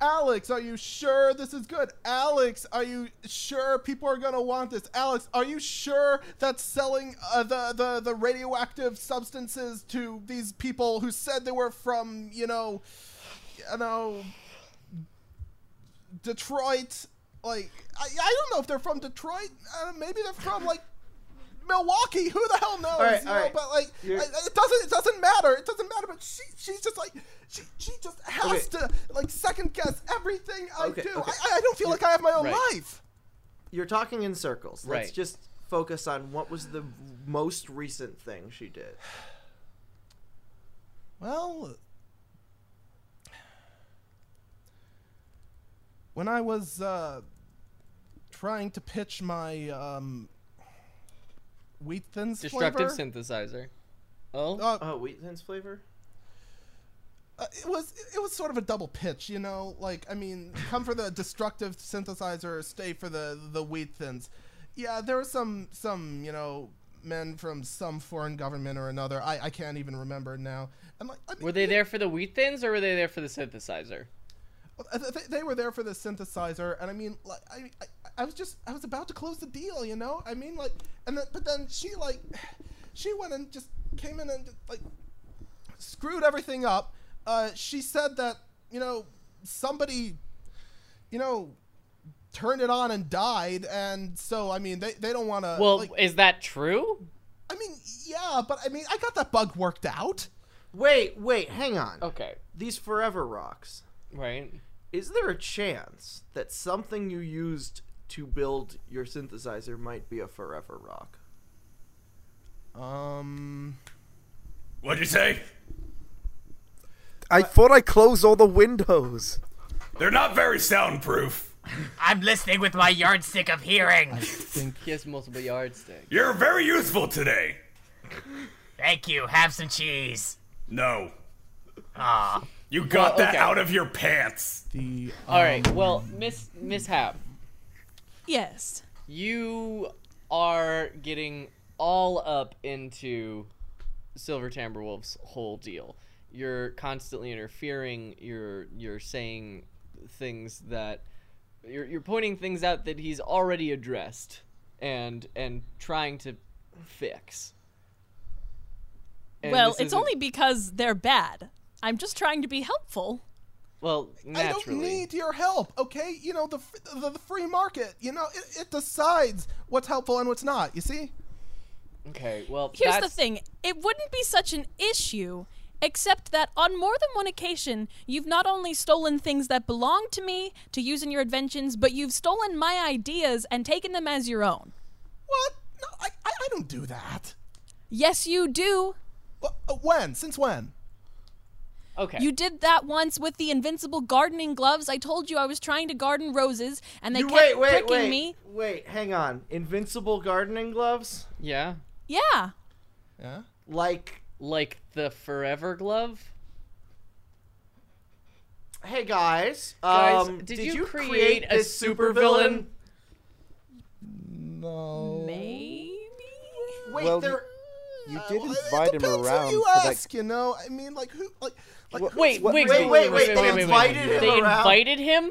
F: Alex, are you sure this is good? Alex, are you sure people are gonna want this? Alex, are you sure that selling uh, the the the radioactive substances to these people who said they were from you know, you know, Detroit? Like I, I don't know if they're from Detroit. Uh, maybe they're from like Milwaukee. Who the hell knows?
A: right,
F: you
A: all
F: know?
A: right.
F: But like I,
A: You're-
F: I- it doesn't it doesn't matter it doesn't matter but she she's just like she, she just has
A: Okay.
F: to like second guess everything i
A: Okay,
F: do
A: okay.
F: I, I don't feel like i have my own
B: right.
F: life
A: You're talking in circles. Let's
B: Right.
A: just focus on what was the most recent thing she did.
F: well when i was uh trying to pitch my um wheat thins
B: Destructive
F: flavor,
B: synthesizer. Oh,
F: uh,
A: Oh, wheat thins flavor.
F: uh, it was it was sort of a double pitch, you know. Like I mean, come for the destructive synthesizer, stay for the the wheat thins. Yeah, there were some some you know men from some foreign government or another. I I can't even remember now. I'm like, I mean,
B: were they there for the wheat thins or were they there for the synthesizer?
F: I uh, th- th- They were there for the synthesizer, and I mean, like, I, I, I was just, I was about to close the deal, you know. I mean, like, and then, but then she like, <sighs> she went and just came in and like screwed everything up. Uh, she said that you know somebody, you know, turned it on and died, and so I mean, they they don't want to.
B: Well,
F: like,
B: is that true?
F: I mean, yeah, but I mean, I got that bug worked out.
A: Wait, wait, hang on.
B: Okay.
A: These forever rocks.
B: Right.
A: Is there a chance that something you used to build your synthesizer might be a forever rock?
F: Um,
G: What'd you say?
C: I thought I closed all the windows.
G: They're not very soundproof.
H: I'm listening with my yardstick of hearing.
B: He has multiple yardsticks.
G: You're very useful today.
H: Thank you. Have some cheese.
G: No. You got that
B: okay.
G: out of your pants.
F: The
A: Um,
B: All right. Well, Miss Miss Hap,
E: Yes.
B: you are getting all up into Silver Timberwolf's whole deal. You're constantly interfering. You're you're saying things that you're you're pointing things out that he's already addressed and and trying to fix. And
E: well,
B: this
E: it's
B: isn't-
E: only because they're bad. I'm just trying to be helpful.
B: well
F: I don't
B: naturally.
F: need your help, okay? You know, the, f- the, the free market, you know, it, it decides what's helpful and what's not, you see?
B: Okay, well
E: Here's
B: that's-
E: the thing it wouldn't be such an issue, except that on more than one occasion, you've not only stolen things that belong to me to use in your inventions, but you've stolen my ideas and taken them as your own.
F: What? No, I, I, I don't do that.
E: Yes, you do.
F: Wh- uh, When? Since when?
B: Okay.
E: You did that once with the invincible gardening gloves. I told you I was trying to garden roses, and they
A: You-
E: kept
A: wait, wait,
E: pricking
A: wait,
E: me.
A: wait. Hang on. Invincible gardening gloves,
B: yeah.
E: Yeah.
F: Yeah?
A: like
B: Like the forever glove?
A: Hey guys,
B: Guys,
A: um,
B: did
A: did,
B: you
A: you,
B: create
A: create,
B: a
A: this super
B: supervillain?
A: villain?
F: No.
E: Maybe.
A: Wait,
C: Well,
A: there.
C: You did
F: Well,
C: invite
F: Uh, it
C: him
F: depends
C: around
F: who you
C: for that
F: ask, you know? I mean, like, who, like, like
C: Wha-
F: who-
B: Wait,
C: What-
B: wait,
C: wait,
B: wait,
A: wait,
B: wait,
A: wait,
B: wait,
A: they
B: wait, wait,
A: invited
B: wait.
A: him
B: They
A: around.
B: invited him?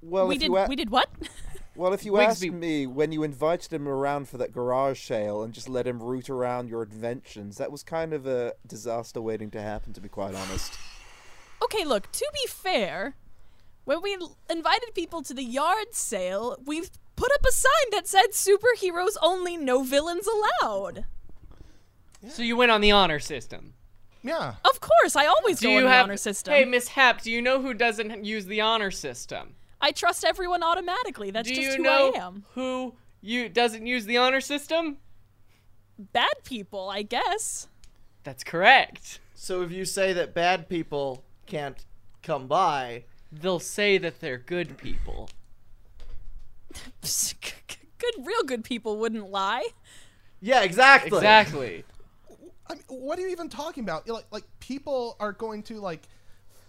C: Well,
E: We
C: if
E: did,
C: you a-
E: we did what? <laughs>
C: well, if you
B: Wigsby-
C: asked me when you invited him around for that garage sale and just let him root around your inventions, that was kind of a disaster waiting to happen. To be quite honest,
E: okay, look, to be fair, when we l- invited people to the yard sale, we put up a sign that said superheroes only, no villains allowed.
B: So you went on the honor system.
F: yeah.
E: Of course, I always
B: Do
E: go
B: you
E: on the
B: have
E: honor system.
B: Hey, Miss Hap, do you know who doesn't use the honor system?
E: I trust everyone automatically. That's
B: do
E: just
B: you
E: who
B: know
E: I am.
B: who you doesn't use the honor system?
E: Bad people, I guess. <laughs>
B: That's correct.
A: So if you say that bad people can't come by,
B: They'll say that they're good people.
E: Psst, g- g- good, real good people wouldn't lie.
A: yeah, exactly.
B: Exactly.
F: I mean, what are you even talking about? Like, like people are going to like,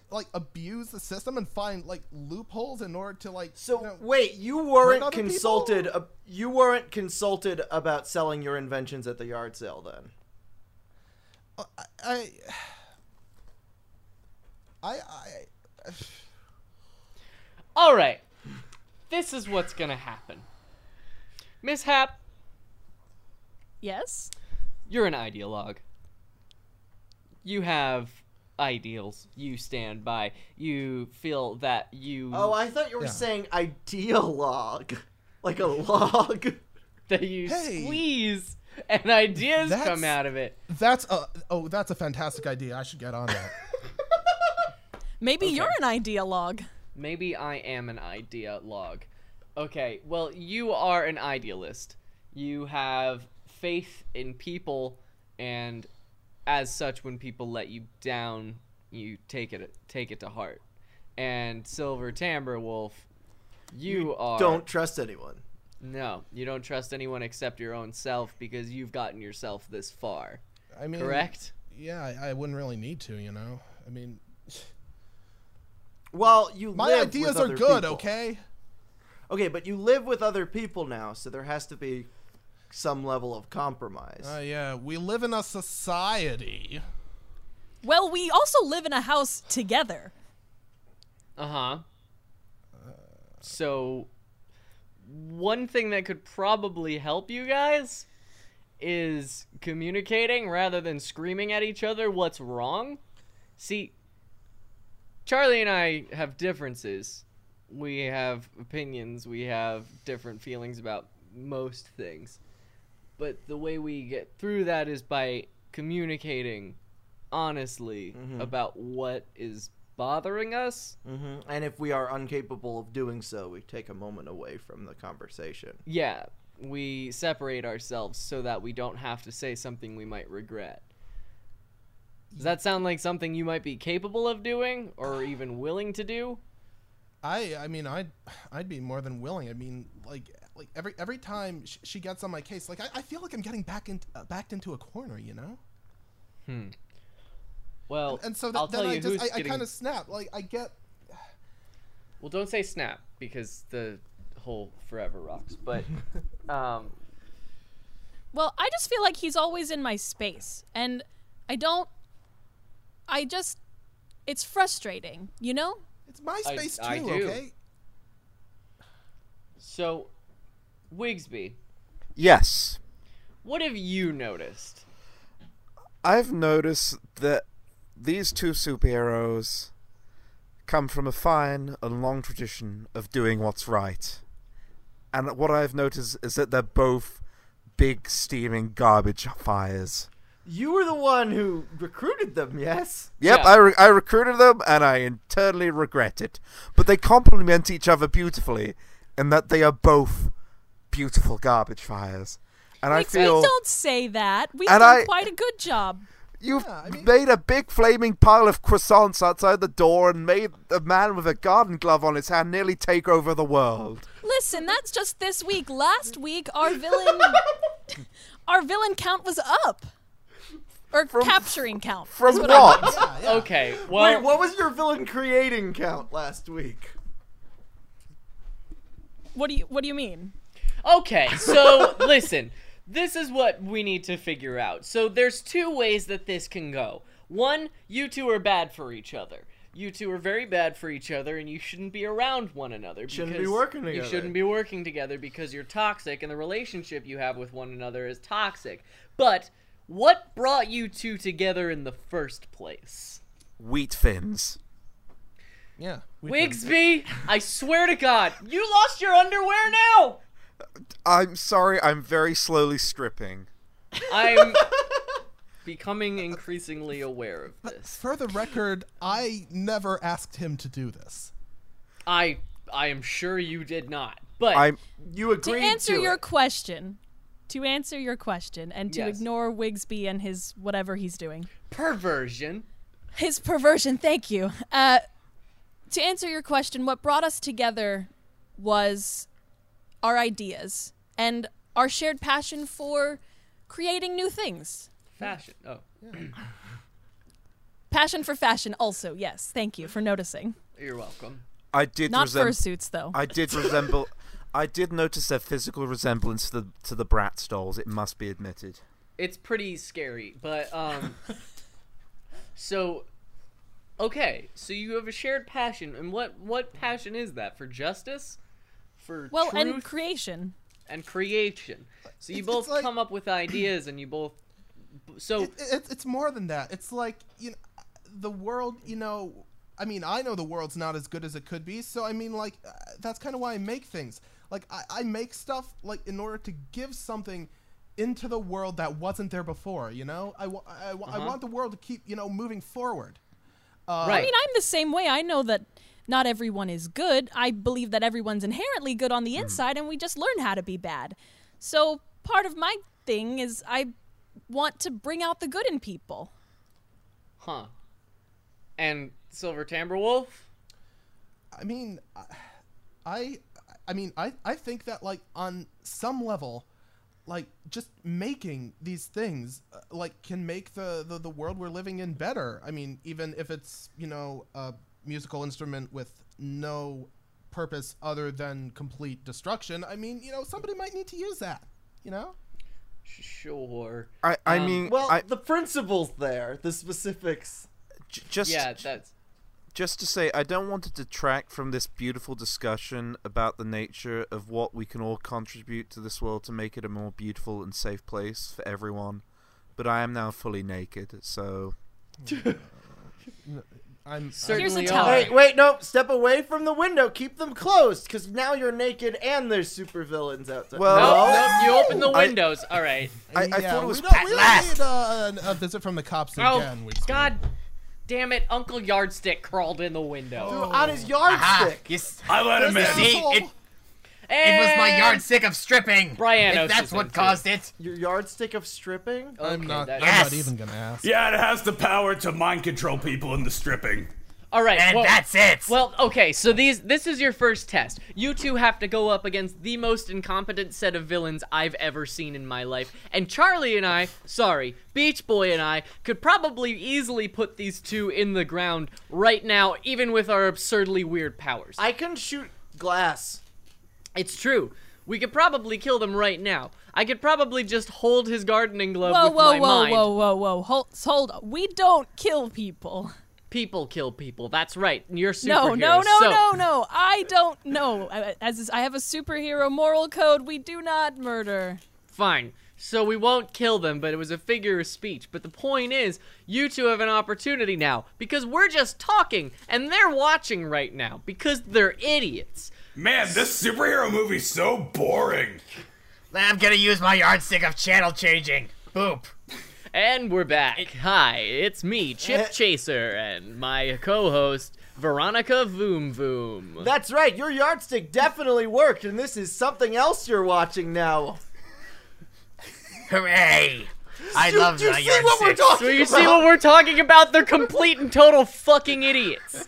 F: like abuse the system and find like loopholes in order to like.
A: So
F: you know-
A: wait, you
F: other
A: weren't
F: people?
A: consulted. ab- you weren't consulted about selling your inventions at the yard sale, then?
C: <sighs>
F: I, I, I,
B: All right. This is what's going to happen. Miss Hap,
E: Yes?
B: you're an ideologue. You have ideals you stand by. You feel that you
A: Oh, I thought you were
F: Yeah.
A: saying ideologue, <laughs> like a
C: <laughs>
A: log.
B: that you
F: Hey.
B: squeeze and ideas
F: That's-
B: come out of it.
F: that's a oh, that's a fantastic idea. I should get on
B: <laughs>
F: that.
E: Maybe you're an ideologue.
B: Maybe I am an ideologue. Okay, well, you are an idealist. You have faith in people and as such when people let you down, you take it take it to heart. And Silver Timberwolf, you, are
A: Don't trust anyone.
B: No, you don't trust anyone except your own self because you've gotten yourself this far.
F: I mean,
B: Correct?
F: Yeah, I, I wouldn't really need to, you know. I mean,
A: Well, you.
F: my
A: live
F: ideas
A: with
F: are
A: other
F: good,
A: people.
F: okay?
A: Okay, but you live with other people now, so there has to be some level of compromise.
F: Uh, yeah, we live in a society.
E: Well, we also live in a house together.
B: Uh-huh. So one thing that could probably help you guys is communicating rather than screaming at each other what's wrong. See, Charlie and I have differences. We have opinions, we have different feelings about most things. But the way we get through that is by communicating honestly about what is bothering us
A: hmm And if we are incapable of doing so, we take a moment away from the conversation.
B: Yeah, we separate ourselves so that we don't have to say something we might regret. Does that sound like something you might be capable of doing or even willing to do?
F: I I mean I'd I'd be more than willing. I mean like like every every time sh- she gets on my case, like I, I feel like I'm getting back in, uh, backed into a corner, you know.
B: Well,
F: And so that,
B: I'll
F: then
B: tell
F: I
B: you who's
F: just I, I
B: getting.
F: kind of snap. Like I get
B: Well, don't say snap because the whole forever rocks.
F: <laughs>
B: But um,
E: Well, I just feel like he's always in my space, and I don't. I just. It's frustrating, you know?
F: it's my
B: I-
F: space
B: I
F: too.
B: do.
F: Okay.
B: so, Wigsby,
C: Yes.
B: what have you noticed?
C: I've noticed that these two superheroes come from a fine and long tradition of doing what's right. And what I've noticed is that they're both big steaming garbage fires.
A: You were the one who recruited them, yes?
C: Yep,
B: Yeah.
C: I, re- I recruited them and I internally regret it. But they complement each other beautifully in that they are both beautiful garbage fires. And I
E: Like,
C: feel.
E: we don't say that. We've
C: And
E: done
C: I-
E: quite a good job.
C: You've
F: Yeah, I mean-
C: made a big flaming pile of croissants outside the door and made a man with a garden glove on his hand nearly take over the world.
E: Listen, that's just this week. Last week,
C: <laughs>
E: our villain, our villain count was up, or capturing count. is
C: From
E: what I meant.
C: what?
F: Yeah, yeah.
B: Okay, well,
A: Wait, what was your villain creating count last week?
E: What do you What do you mean?
B: Okay,
A: <laughs>
B: so listen, this is what we need to figure out. So there's two ways that this can go. One, you two are bad for each other. You two are very bad for each other, and you shouldn't be around one another.
A: Shouldn't be
B: because
A: working
B: You
A: together.
B: shouldn't be working together because you're toxic, and the relationship you have with one another is toxic. But what brought you two together in the
A: <laughs>
B: first place?
C: Wheat fins.
F: Yeah. We can-
B: Wigsby, I swear to God, you lost your underwear now!
C: I'm sorry, I'm very slowly stripping.
E: <laughs>
B: I'm becoming increasingly aware of this.
F: For the record, I never asked him to do this.
B: I I am sure you did not. But
C: I'm
A: You
E: To
A: agreed
E: answer your
A: it.
E: question, to answer your question, and to
B: Yes.
E: ignore Wigsby and his whatever he's doing,
B: perversion.
E: his perversion. Thank you. Uh, to answer your question, what brought us together was our ideas and our shared passion for creating new things.
B: Fashion. Oh.
E: Passion for fashion, also. Yes, thank you for noticing.
B: You're welcome.
C: I did
E: Not
C: resemble
E: fursuits, though.
C: I did resemble I did notice their physical resemblance to the to the Bratz dolls, it must be admitted.
B: It's pretty scary, but
F: <laughs>
B: um so okay, so you have a shared passion and what what passion is that? For justice? For
E: well,
B: truth
E: and creation.
B: and creation. So you
F: It's-
B: both
F: it's like-
B: come up with ideas and you both so
F: It, it, it's more than that. It's like you know, the world. You know, I mean, I know the world's not as good as it could be. So I mean, like uh, that's kind of why I make things. Like I, I make stuff like in order to give something into the world that wasn't there before. You know, I wa- I, wa- I want the world to keep you know moving forward.
B: right.
E: I mean, I'm the same way. I know that not everyone is good. I believe that everyone's inherently good on the
B: Hmm.
E: inside, and we just learn how to be bad. So, part of my thing is I want to bring out the good in people.
B: Huh. And Silver Timberwolf?
F: I mean, I- I, I mean, I, I think that like on some level, like just making these things uh, like can make the, the the world we're living in better. I mean, even if it's you know a musical instrument with no purpose other than complete destruction. I mean, you know, somebody might need to use that. You know.
B: Sure.
C: I, I
B: Um,
C: mean
A: Well,
C: I,
A: the principles there, the specifics.
C: j- just
B: Yeah, that's
C: just to say, I don't want to detract from this beautiful discussion about the nature of what we can all contribute to this world to make it a more beautiful and safe place for everyone. But I am now fully naked, so
F: I'm
E: Here's
B: certainly are.
E: a tower.
A: Wait, wait, nope. Step away from the window. Keep them closed, because now you're naked and there's supervillains outside.
C: Well-
B: Nope, Oh, nope, you open the
C: I-
B: windows. All right.
C: I, I thought it was
F: we don't,
C: Pat.
F: we don't need uh, an- a visit from the cops
B: Oh,
F: again. We just-
B: God damn it. Uncle Yardstick crawled in the window.
H: Ah,
A: on his yardstick.
H: Yes.
G: I let him
F: This
G: in.
F: asshole.
H: it- It was my
B: And-
H: yardstick of stripping.
B: Brianos
H: If
B: is
H: that's
B: in
H: what
B: too.
H: caused it.
A: Your yardstick of
C: Oh,
A: stripping?
F: I'm
B: Okay,
F: not.
B: that-
F: I'm
H: Yes.
F: not even gonna ask.
G: Yeah, it has the power to mind control people into stripping.
B: All right.
H: And
B: well-
H: that's it.
B: Well, okay, so these this is your first test. You two have to go up against the most incompetent set of villains I've ever seen in my life. And Charlie and I, sorry, Beach Boy and I could probably easily put these two in the ground right now even with our absurdly weird powers.
A: I can shoot glass.
B: it's true. We could probably kill them right now. I could probably just hold his gardening glove
E: Whoa,
B: with
E: whoa,
B: my
E: whoa,
B: mind.
E: whoa, whoa, whoa. Hold, hold. We don't kill people.
B: People kill people. That's right. and You're superheroes.
E: No, no, no,
B: so-
E: no, no. I don't know. I- As is, I have a superhero moral code, we do not murder.
B: Fine. So we won't kill them, but it was a figure of speech. But the point is, you two have an opportunity now because we're just talking and they're watching right now because they're idiots.
G: Man, this superhero movie's so boring.
H: I'm gonna use my yardstick of channel changing. Boop.
B: And we're back. Hi, it's me, Chip Chaser, and my co host, Veronica Voom Voom.
A: That's right, your yardstick definitely worked, and this is something else you're watching now.
H: Hooray! I love
A: you
H: my
A: see what we're
H: yardstick.
A: talking
B: So you see what we're talking about? They're complete and total fucking idiots.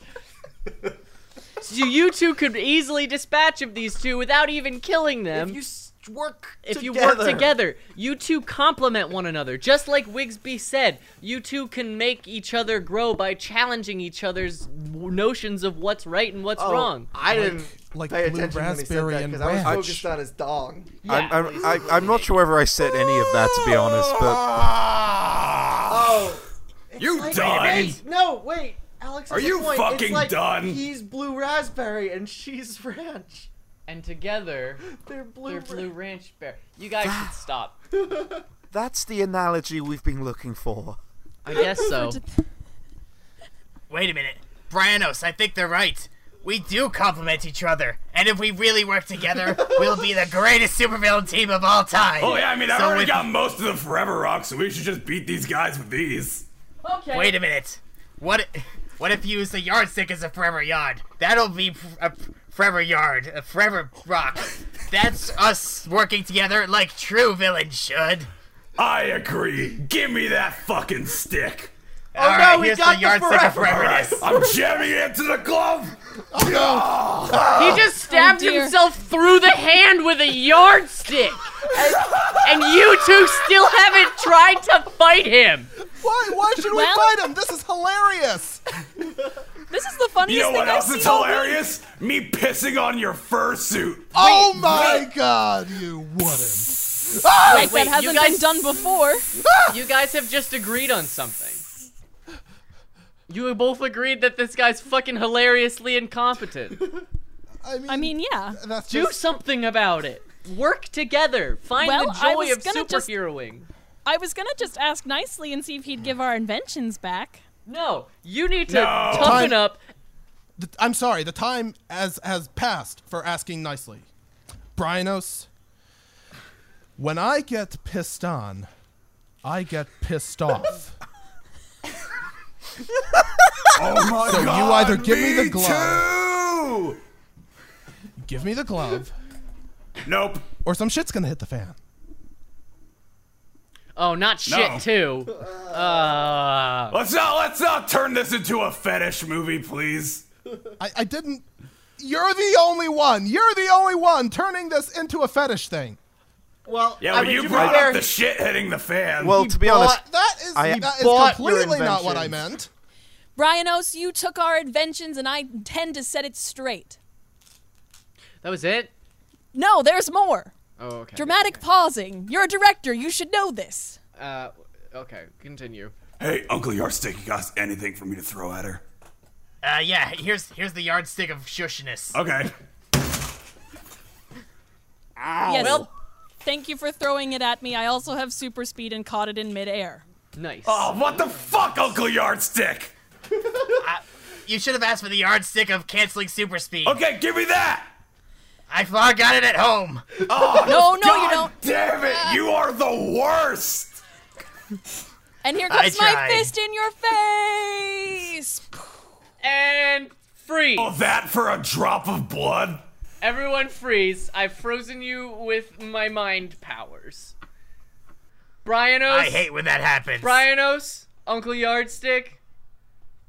B: So you two could easily dispatch of these two without even killing them.
A: If you s- work
B: if
A: together.
B: you work together, you two complement one another. Just like Wigsby said, you two can make each other grow by challenging each other's w- notions of what's right and what's
A: Oh,
B: wrong.
A: I didn't
F: like
A: pay attention
F: blue
A: when he said
F: raspberry
A: that
F: and
A: because I was
F: ranch.
A: focused on his dong.
B: Yeah,
C: I'm, I'm, I, I'm not sure whether I said any of that, to be honest, but
A: Oh,
G: You
A: like-
G: done?
A: it's- no, wait, Alex.
G: Are
A: has a
G: you
A: point.
G: fucking
A: it's like
G: done?
A: He's blue raspberry and she's ranch.
B: and together,
A: They're blue.
B: they're Blue
A: ra-
B: Ranch Bear. You guys should stop.
C: that's the analogy we've been looking for.
B: I guess so.
H: Wait a minute. Brianos, I think they're right. We do complement each other, and if we really work together, we'll be the greatest supervillain team of all time.
G: Oh yeah, I mean I've
H: So
G: already
H: with-
G: got most of the Forever Rock, so we should just beat these guys with these.
B: Okay.
H: Wait a minute. What? What if you use the yardstick as a forever yard? That'll be f- a f- forever yard, a forever rock. That's us working together like true villains should.
G: I agree. Give me that fucking stick.
H: All right,
A: we
H: here's
A: got
H: the
A: the
H: yardstick of
A: forever.
H: foreverness.
G: I'm jamming it to the glove.
B: He just stabbed
E: Oh, dear.
B: himself through the hand with a yardstick. and, and you two still haven't tried to fight him.
F: Why? Why should we
E: Well-
F: fight him? This is hilarious.
E: This is the funniest
G: You know
E: thing
G: what
E: I've
G: else
E: seen.
G: is
E: all week.
G: hilarious? Me pissing on your fursuit.
F: oh my god, you wouldn't. Ah!
E: Like,
B: Wait,
E: that
B: you
E: hasn't
B: guys-
E: been done before.
B: You guys have just agreed on something. You have both agreed that this guy's fucking hilariously incompetent.
G: <laughs>
F: I mean,
E: I mean, yeah.
F: that's
B: Do
F: just.
B: something about it. Work together. Find
E: Well,
B: the
E: I
B: joy
E: was
B: of
E: gonna just-
B: superheroing.
E: I was gonna just ask nicely and see if he'd give our inventions back.
B: No, you need to
G: No.
B: toughen
F: Time-
B: up.
F: th- I'm sorry. The time has has passed for asking nicely. Brianos, when I get pissed on, I get
E: <laughs>
F: pissed off.
G: Oh my
F: So you
G: god.
F: either give me the
G: glove.
F: Give me the glove,
G: Nope.
F: or some shit's gonna hit the fan.
B: Oh, not shit
G: No.
B: too. Uh,
G: Let's not let's not turn this into a fetish movie, please.
F: I, I didn't. You're the only one. You're the only one turning this into a fetish thing.
A: Well,
G: Yeah,
A: I
G: well,
A: mean,
G: you
A: to be
G: brought
A: fair,
G: up the shit hitting the fan.
C: Well, to be honest,
A: bought-
F: That is,
C: I-
F: that is
A: Bought your
F: completely not what I
A: inventions.
F: meant.
E: Brianos, you took our inventions and I intend to set it straight.
B: that was it.
E: No, there's more.
B: Oh, okay.
E: Dramatic pausing. You're a director. You should know this.
B: Uh, okay, continue.
G: hey, Uncle Yardstick, you got anything for me to throw at her?
H: Uh, yeah. Here's here's the yardstick of shushness.
G: Okay.
E: Yes. Thank you for throwing it at me. I also have super speed and caught it in midair.
B: Nice.
G: Oh, what the fuck, Uncle Yardstick?
H: You should have asked for the yardstick of canceling super speed.
G: Okay, give me that.
H: I forgot it at home.
G: Oh,
E: No, no, you
G: God
E: don't.
G: Damn it, you are the worst.
E: And here
H: I
E: comes my
H: tried.
E: fist in your face.
B: And free.
G: Oh, that for a drop of blood?
B: Everyone freeze. I've frozen you with my mind powers. Brianos.
H: I hate when that happens.
B: Brianos, Uncle Yardstick,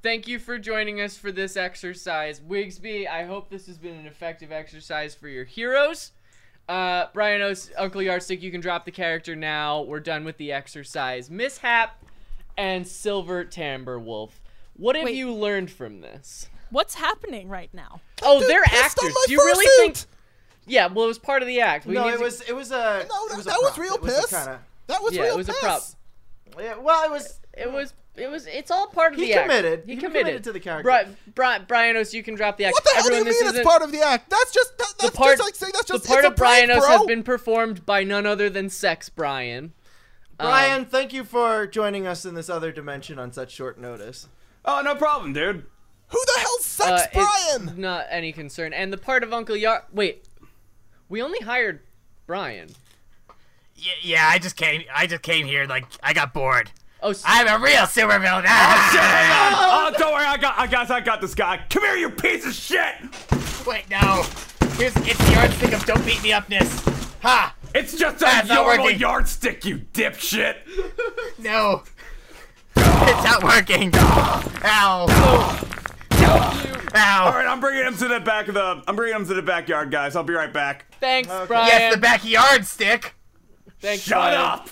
B: thank you for joining us for this exercise. Wigsby, I hope this has been an effective exercise for your heroes. Uh, Brianos, Uncle Yardstick, you can drop the character now. We're done with the exercise. Mishap and Silver Timber Wolf. What have
E: Wait.
B: you learned from this?
E: What's happening right now?
B: Oh, they're
F: pissed on
B: actors.
F: my
B: Do you really think?
F: fursuit!
B: Yeah, well, it was part of the act. We
A: no,
B: need
A: it
B: to-
A: was it was a
F: No,
A: it
F: that
A: was
F: was,
A: a
F: that was
A: prop.
F: real
A: it
F: piss.
A: Was a kinda,
F: That was
B: Yeah,
F: real
B: it was a
F: piss.
B: prop.
A: yeah, well, it was
B: It was. It was. It's all part of
A: He
B: the act.
A: committed. He committed to the character.
B: Bri- Bri- Brianos, you can drop the act.
F: What the hell
B: Everyone,
F: do you
B: this
F: mean it's
B: isn't-
F: part of the act? That's just that,
B: the
F: that's
B: part,
F: just like saying that's just
B: the part
F: it's
B: of
F: a prank,
B: Brianos
F: bro.
B: has been performed by none other than Sex Brian. Um,
A: Brian. thank you for joining us in this other dimension on such short notice.
G: Oh, no problem, dude.
F: Who the hell
B: uh,
F: sex
B: it's
F: Brian?
B: Not any concern. And the part of Uncle Yar. Wait, we only hired Brian.
H: Y- yeah, I just came. I just came here. Like I got bored.
B: Oh, s-
H: I'm a real supervillain. Ah!
G: Oh, don't worry, I got, I got, I got this guy. Come here, you piece of shit.
H: <laughs> Wait, no. Here's it's the yardstick of don't beat me upness. Ha!
G: It's just
H: That's
G: a
H: not
G: normal
H: working.
G: yardstick, you dipshit.
H: No. It's not working. Ow!
G: All
H: Ow!
G: right, I'm bringing him to the back of the. I'm bringing him to the backyard, guys. I'll be right back.
B: thanks,
A: Okay.
B: Brian.
H: Yes, the backyard stick.
B: thanks,
G: Shut
B: Brian.
G: up.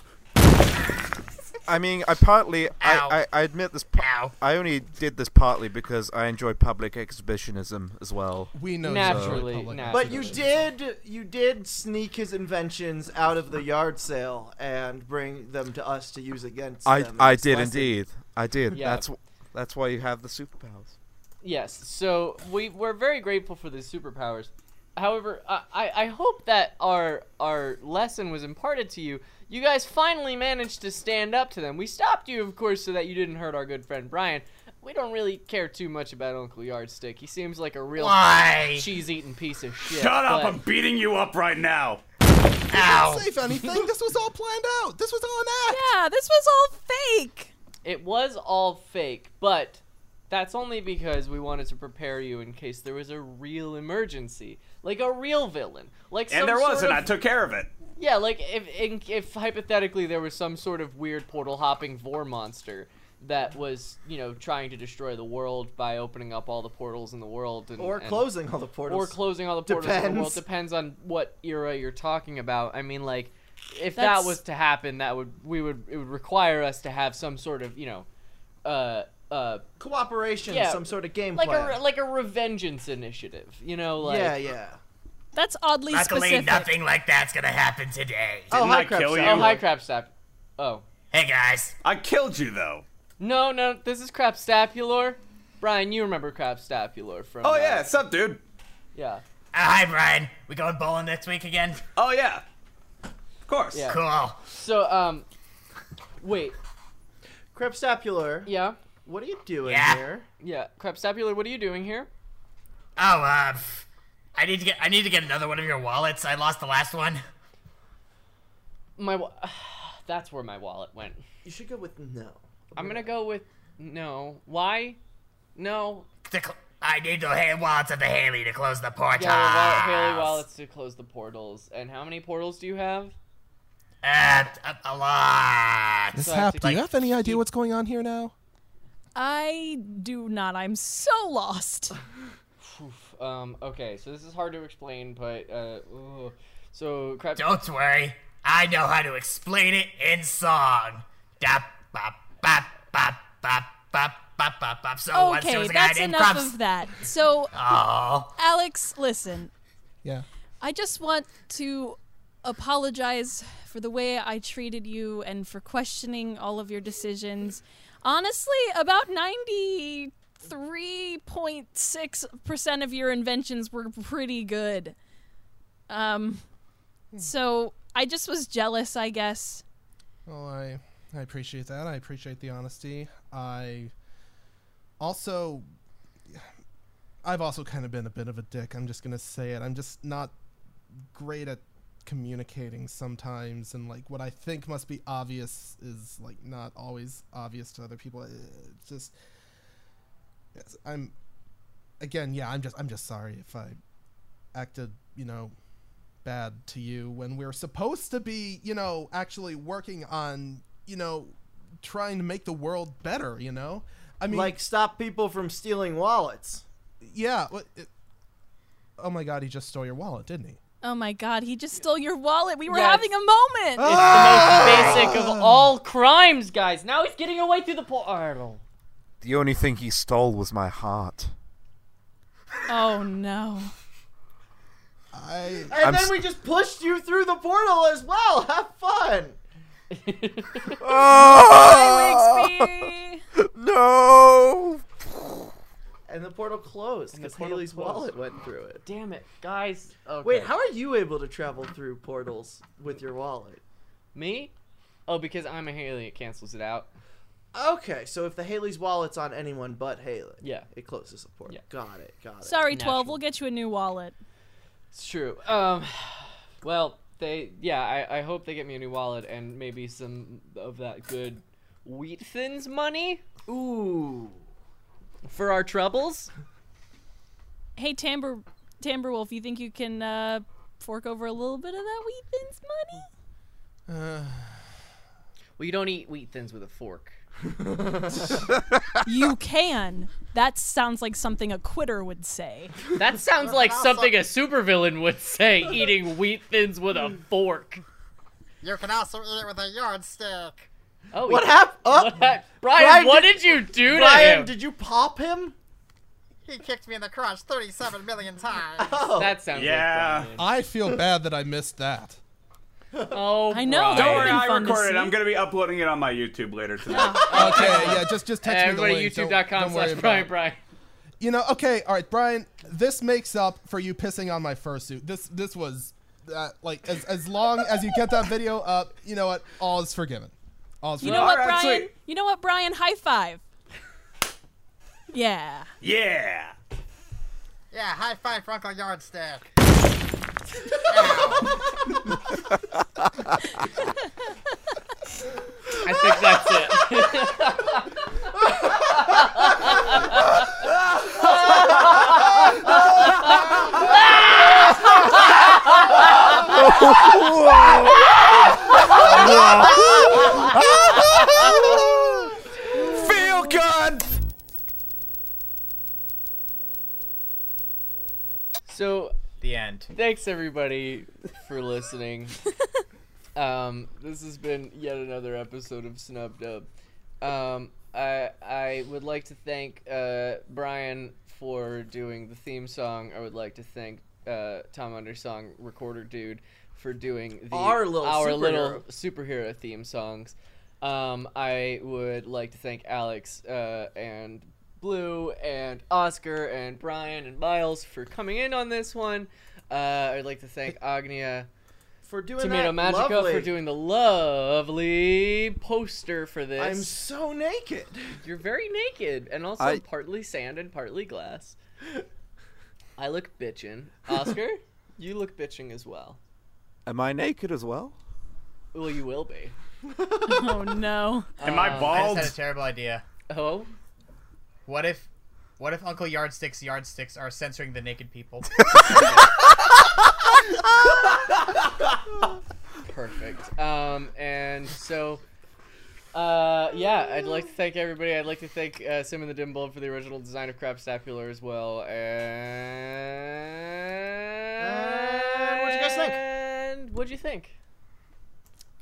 C: I mean, I partly, I,
H: Ow.
C: I, I admit this. pa-
H: Ow.
C: I only did this partly because I enjoy public exhibitionism as well.
F: We know
B: Naturally,
F: Public
B: naturally.
A: But you did you did sneak his inventions out of the yard sale and bring them to us to use against
C: I,
A: them.
C: I
A: It's
C: did
A: less than-
C: indeed. I did.
B: Yeah.
C: That's wh- that's why you have the superpowers.
B: Yes. So we we're very grateful for the superpowers. However, I, I I hope that our our lesson was imparted to you. You guys finally managed to stand up to them. We stopped you, of course, so that you didn't hurt our good friend Brian. We don't really care too much about Uncle Yardstick. He seems like a real
H: Why?
B: cheese-eating piece of shit.
G: Shut up.
B: but-
G: I'm beating you up right now.
H: Ow!
F: Safe anything? this was all planned out. This was all an act.
E: Yeah, Ah, this was all fake.
B: It was all fake, but that's only because we wanted to prepare you in case there was a real emergency, like a real villain, like some
G: And there
B: sort
G: was, and
B: of-
G: I took care of it.
B: Yeah, like if in, if hypothetically there was some sort of weird portal hopping vor monster that was you know trying to destroy the world by opening up all the portals in the world and,
A: Or
B: and-
A: closing all the portals.
B: or closing all the portals in the world
A: Depends.
B: depends on what era you're talking about. I mean, like if
E: That's-
B: that was to happen, that would we would it would require us to have some sort of you know. Uh, uh,
A: cooperation,
B: Yeah.
A: some sort of game
B: like
A: plan.
B: a re- like a revengeance initiative, you know, like
A: yeah, yeah.
E: That's oddly
H: Luckily,
E: specific.
H: nothing like that's gonna happen today.
A: Oh,
G: Didn't I
A: hi, crap,
G: kill
A: Sally.
G: you?
B: oh hi crap stap, oh
H: Hey guys.
G: I killed you though.
B: No, no, this is Crapstapulor. Brian, you remember Crapstapulor from.
G: Oh
B: uh,
G: yeah, sup, dude.
B: Yeah.
H: Uh, hi, Brian. We going bowling next week again?
G: Oh yeah. Of course.
B: Yeah.
H: Cool.
B: So, um. Wait,
A: Crepstapular,
B: yeah?
A: what are you doing
H: Yeah.
A: here?
B: Yeah. Crapstapular, what are you doing here?
H: Oh, uh, pff, I need to get I need to get another one of your wallets. I lost the last one.
B: My. Wa- <sighs> That's where my wallet went.
A: You should go with no.
B: I'm gonna go with no. Why? No.
H: To cl- I need the ha- wallets of the Haley to close the portal.
B: Yeah, wallet, Haley wallets to close the portals. And how many portals do you have?
H: Uh, a, a lot.
F: Miss
B: So I have
F: Hap,
B: to,
F: do you
B: like,
F: have any idea what's going on here now?
E: I do not. I'm so lost.
B: Um, okay, so this is hard to explain, but, uh. ugh. So, Crap.
H: Don't worry. I know how to explain it in song. Dap, bop, bop, bop, bop, bop, bop, bop, bop. So once there
E: okay,
H: was a guy
E: that's
H: named
E: enough
H: Crumps.
E: of that. So,
H: Oh,
E: Alex, listen.
F: Yeah.
E: I just want to apologize for the way I treated you and for questioning all of your decisions. Honestly, about 93.6% of your inventions were pretty good. Um,
H: Hmm.
E: so I just was jealous, I guess.
F: Well, I I appreciate that. I appreciate the honesty. I also I've also kind of been a bit of a dick. I'm just going to say it. I'm just not great at communicating sometimes and like what I think must be obvious is like not always obvious to other people. It's just yes, I'm again, yeah, I'm just I'm just sorry if I acted you know, bad to you when we're supposed to be, you know, actually working on, you know, trying to make the world better, you know? I mean,
A: Like stop people from stealing wallets.
F: yeah. what- It, oh my god, he just stole your wallet, didn't he?
E: Oh my god, he just stole your wallet. We were
B: Yes.
E: having a moment.
B: Ah! Basic of all crimes, guys. Now he's getting away through the portal.
C: The only thing he stole was my heart.
E: Oh no.
F: I.
A: And
C: I'm
A: then
C: s-
A: we just pushed you through the portal as well. Have fun.
C: Oh,
E: Wixby.
C: no!
A: And the portal closed because
B: portal
A: Haley's
B: closed.
A: wallet went through it.
B: Damn it, guys. Okay.
A: Wait, how are you able to travel through portals with your wallet?
B: me? Oh, because I'm a Haley, it cancels it out.
A: Okay, so if the Haley's wallet's on anyone but Haley,
B: Yeah.
A: it closes the portal.
B: Yeah.
A: Got it. Got it.
E: Sorry,
B: Natural.
E: 12. We'll get you a new wallet.
B: It's true. Um, <sighs> well, they yeah. I, I hope they get me a new wallet and maybe some of that good wheat thins money
A: Ooh.
B: for our troubles.
E: Hey, Tamber, Tamberwolf, you think you can uh, fork over a little bit of that wheat thins
G: <laughs>
E: money?
F: Uh,
B: Well, you don't eat wheat thins with a <laughs> fork.
E: you can. That sounds like something a quitter would say.
B: That sounds like something a supervillain would say: eating wheat thins with <laughs> a fork.
H: You can also eat it with a yardstick.
B: Oh,
A: What
B: he-
A: happened? Oh,
B: <laughs> What hap- Brian,
A: Brian,
B: what
A: did-
B: did you do to
A: Brian,
B: him?
A: did you pop him?
H: He kicked me in the crotch 37 million times.
A: Oh.
B: that sounds
G: Yeah.
B: like Brian.
F: I feel bad that I
B: <laughs>
F: missed that.
B: Oh,
E: I know,
B: Brian.
E: That
G: Don't
E: would've
G: worry,
E: been
G: I
E: fun to
G: recorded.
E: see.
G: I'm gonna be uploading it on my YouTube later tonight.
F: <laughs> Okay, yeah, just just text me the
B: Everybody,
F: link. Don't-
B: youtube.com
F: don't worry
B: slash
F: about
B: Brian
F: it.
B: Brian.
F: You know, okay, all right, Brian. This makes up for you pissing on my fursuit. This this was uh, like as as long as you get that video up, you know what? All is forgiven. All is
E: You
F: forgiven.
E: know what,
G: Alright,
E: Brian?
G: sweet.
E: You know what, Brian? High five.
G: <laughs>
E: Yeah.
G: yeah.
H: Yeah, high five for Uncle Yardstick.
B: I think that's it.
F: <laughs>
C: Feel good!
B: so,
H: The end.
B: thanks everybody for listening. um, this has been yet another episode of Snub Dub. Um, I I would like to thank uh, Brian for doing the theme song. I would like to thank uh, Tom Undersong, recorder dude, for doing the
A: Our little
B: our
A: superhero.
B: little superhero theme songs. Um, I would like to thank Alex uh, and Blue and Oscar and Brian and Miles for coming in on this one. Uh, I'd like
A: <laughs>
B: to thank Agnia
A: For doing
B: Tomato
A: that.
B: Magica
A: lovely.
B: for doing the lovely poster for this.
A: I'm so naked.
B: You're very naked and also
C: I-
B: partly sand and partly glass. I look bitchin'.
A: <laughs>
B: Oscar, you look bitching as well.
C: Am I naked as well?
B: Well, you will be.
E: Oh no.
G: Am I
H: I
G: bald?
H: just had a terrible idea.
B: Oh,
H: What if, what if Uncle Yardstick's yardsticks are censoring the naked people?
B: perfect. Um, and so, uh, yeah, I'd like to thank everybody. I'd like to thank uh, Sim and the Dimble for the original design of Crab Stapular as well. And
A: what'd you guys think?
B: And what'd you think?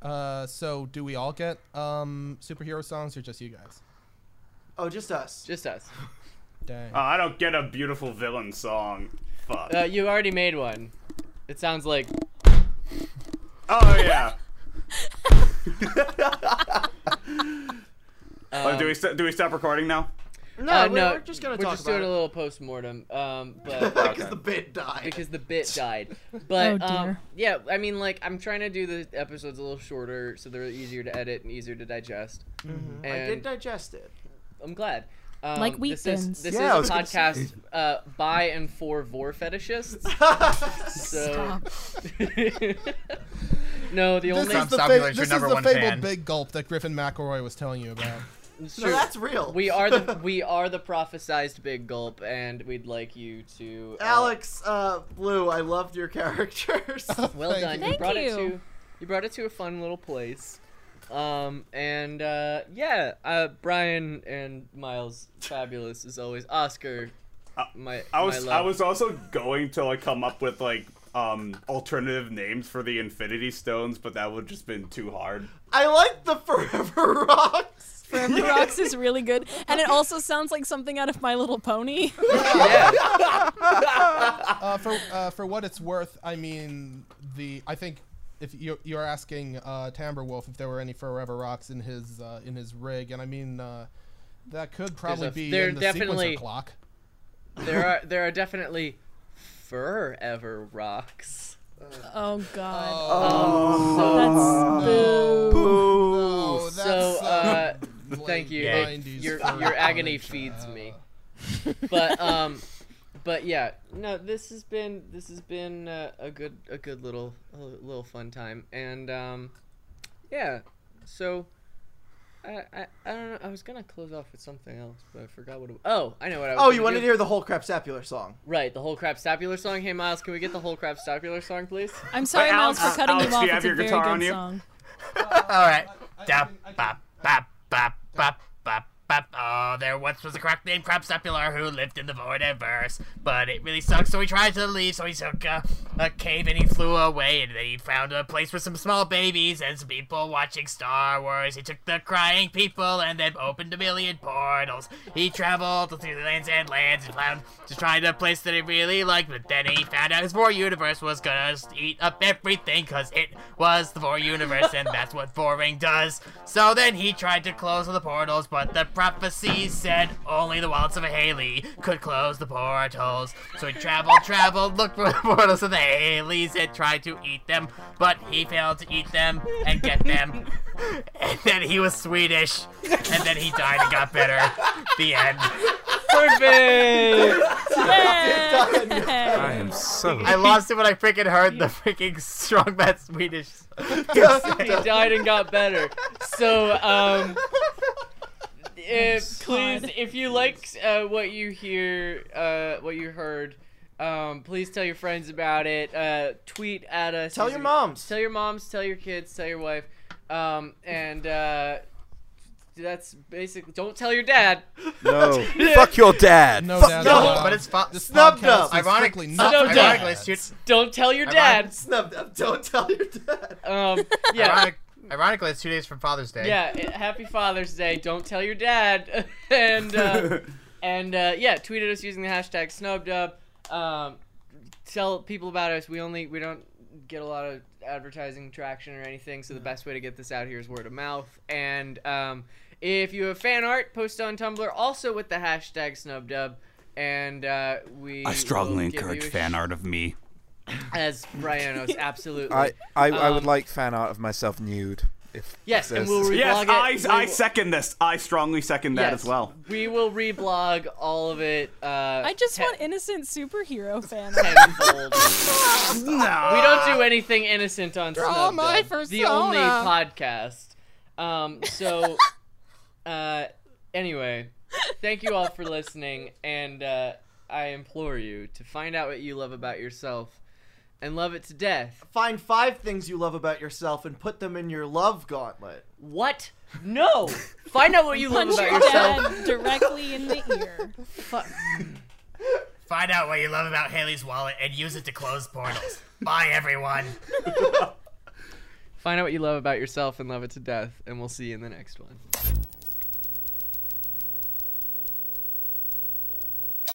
F: Uh, so do we all get um superhero songs or just you guys?
H: Uh,
A: Oh, just us.
B: Just us.
F: Dang.
G: Oh, I don't get a beautiful villain song. Fuck.
B: Uh, you already made one. It sounds like
G: oh
B: <laughs>
G: yeah. Oh, do we st- do we stop recording now?
A: no,
B: Uh,
A: we-
B: no,
A: we're just gonna
B: we're
A: talk
B: just
A: about
B: doing a
A: it
B: little post mortem,
A: <laughs>
B: um, but
A: because the bit died.
B: because the bit died. But
E: Oh,
B: um,
E: dear.
B: yeah, I mean, like I'm trying to do the episodes a little shorter, so they're easier to edit and easier to digest.
A: Mm-hmm. I did
B: And
A: digest it.
B: I'm glad. Um,
E: Like wheat
B: this is,
E: thins.
B: this
C: Yeah, I
B: is
C: was
B: a
C: gonna
B: podcast uh, by and for
A: <laughs>
B: vor fetishists.
G: <laughs>
B: so no, the <laughs>
F: this
B: only
F: is the,
H: Tom Savula
F: fa-
H: is your
F: this is
H: number
F: the
H: one
F: fabled
H: fan.
F: big gulp that Griffin McElroy was telling you about.
B: It's
A: No,
B: true.
A: that's real.
B: we are
F: <laughs>
B: the we are the prophesized big gulp, and we'd like you to uh,
A: Alex, uh, Blue, I loved your <laughs> characters.
B: Well
F: Thank
B: done. You
F: you.
E: Thank
B: brought it
E: you.
B: to you brought it to a fun little place. Um and uh yeah, uh Brian and Miles fabulous as always. Oscar my
G: I was
B: my love.
G: I was also going to like come up with like um alternative names for the Infinity Stones, but that would just been too <laughs> hard.
A: I like the Forever <laughs> Rocks.
E: Forever Rocks is really good, and it also sounds like something out of My Little Pony. <laughs>
B: yeah.
F: uh, for uh, for what it's worth, I mean the I think if you you're asking uh, Tamberwolf if there were any Forever Rocks in his uh, in his rig, and I mean uh, that could probably
B: a-
F: be
B: there
F: in the
B: definitely-
F: sequencer clock.
G: <laughs>
B: There are there are definitely forever rocks.
E: Oh God,
G: Oh.
B: So,
F: No.
A: Ooh.
F: No, Uh, oh, that's,
B: so uh thank you.
H: Yeah.
B: It-
F: 90s
B: your
F: for
B: your agony
F: college,
B: feeds
F: uh,
B: me. But um but yeah, no this has been this has been uh, a good a good little a little fun time and um yeah. So I, I, I don't know. I was gonna close off with something else, but I forgot what. It, oh, I know what I was.
A: Oh,
B: gonna
A: you wanted
B: do.
A: to hear the whole Crapsapular song?
B: Right, the whole crap stapular song. Hey Miles, can we get the whole crap stapular song, please?
E: I'm sorry,
G: Wait,
E: Miles,
G: Alex,
E: for cutting
G: uh,
E: you
G: Alex, do
E: off.
G: you have
E: it's a
G: your
E: very
G: guitar
E: good
G: on you?
E: song.
H: All right.
F: I
H: Da
F: can- I
H: bop bop bop bop bop bop. Oh, there once was a croc named Crapsapular who lived in the void verse, but it really sucked. So he tried to leave. So he took a, a cave and he flew away. And then he found a place with some small babies and some people watching Star Wars. He took the crying people and then opened a million portals. He traveled through the lands and lands and found to find a place that he really liked. But then he found out his four universe was gonna eat up everything, cause it was the four universe, and that's what boring does. So then he tried to close the portals, but the prophecy said only the Waltz of Haley could close the portals. So he traveled, traveled, looked for <laughs> the portals of the Haleys and tried to eat them, but he failed to eat them and get them. And then he was Swedish, and then he died and got better. The end.
B: Perfect.
E: Yeah.
I: I am so.
C: <laughs>
H: I lost it when I freaking heard the freaking strong man Swedish.
B: he died and got better. So, um, if, please,
E: God.
B: if you like uh, what you hear, uh, what you heard, um, please tell your friends about it. Uh, tweet at us.
A: Tell your <laughs> moms.
B: Tell your moms. Tell your kids. Tell your wife. Um, and uh, that's basically. Don't tell your dad.
C: No. Fuck your dad.
F: No,
C: Fuck
F: dad,
C: your-
H: No, but it's fun.
F: This
A: Snub
F: podcast
A: dub.
F: is
H: Ironic-
F: strictly
H: snub
F: not
B: dub.
F: for
H: Ironically,
F: dads.
H: it's-
B: Don't tell
A: <laughs>
B: your dad.
A: Snub them. Don't tell your dad.
B: Um, yeah.
H: Ironic- ironically, it's two days from Father's Day.
B: Yeah, eh, happy Father's Day. Don't tell your dad. <laughs> and
A: <laughs>
B: uh, and uh, yeah, tweet at us using the hashtag snubdub. Um, tell people about us. We only we don't get a lot of advertising traction or anything, so the best way to get this out here is word of mouth. And um, if you have fan art, post on Tumblr also with the hashtag snubdub. And uh, we
G: I strongly
B: will give
G: encourage
B: you a
G: fan art of me.
B: sh- as Brian
G: <laughs>
B: knows absolutely.
C: I, I, I would
B: Um,
C: like fan art of myself nude. If
B: yes, and we'll
C: exists.
B: reblog
G: Yes,
B: it.
G: I,
B: We
G: I
B: will-
G: second this. I strongly second that
B: Yes.
G: as well.
B: We will reblog all of it. Uh,
E: I just
B: ten-
E: want innocent superhero fan. art.
B: tenfold.
G: No.
B: we don't do anything innocent on Snub
F: my
B: Dub, the only podcast. Um, so, uh, anyway, thank you all for listening, and uh, I implore you to find out what you love about yourself and love it to death.
A: Find five things you love about yourself and put them in your love gauntlet.
B: What? No. Find out what you love
E: Punch
B: about
E: your
B: yourself.
E: dad directly in the ear.
H: Find out what you love about Haley's wallet and use it to close portals. Bye, everyone.
B: Find out what you love about yourself and love it to death, and we'll see you in the next one.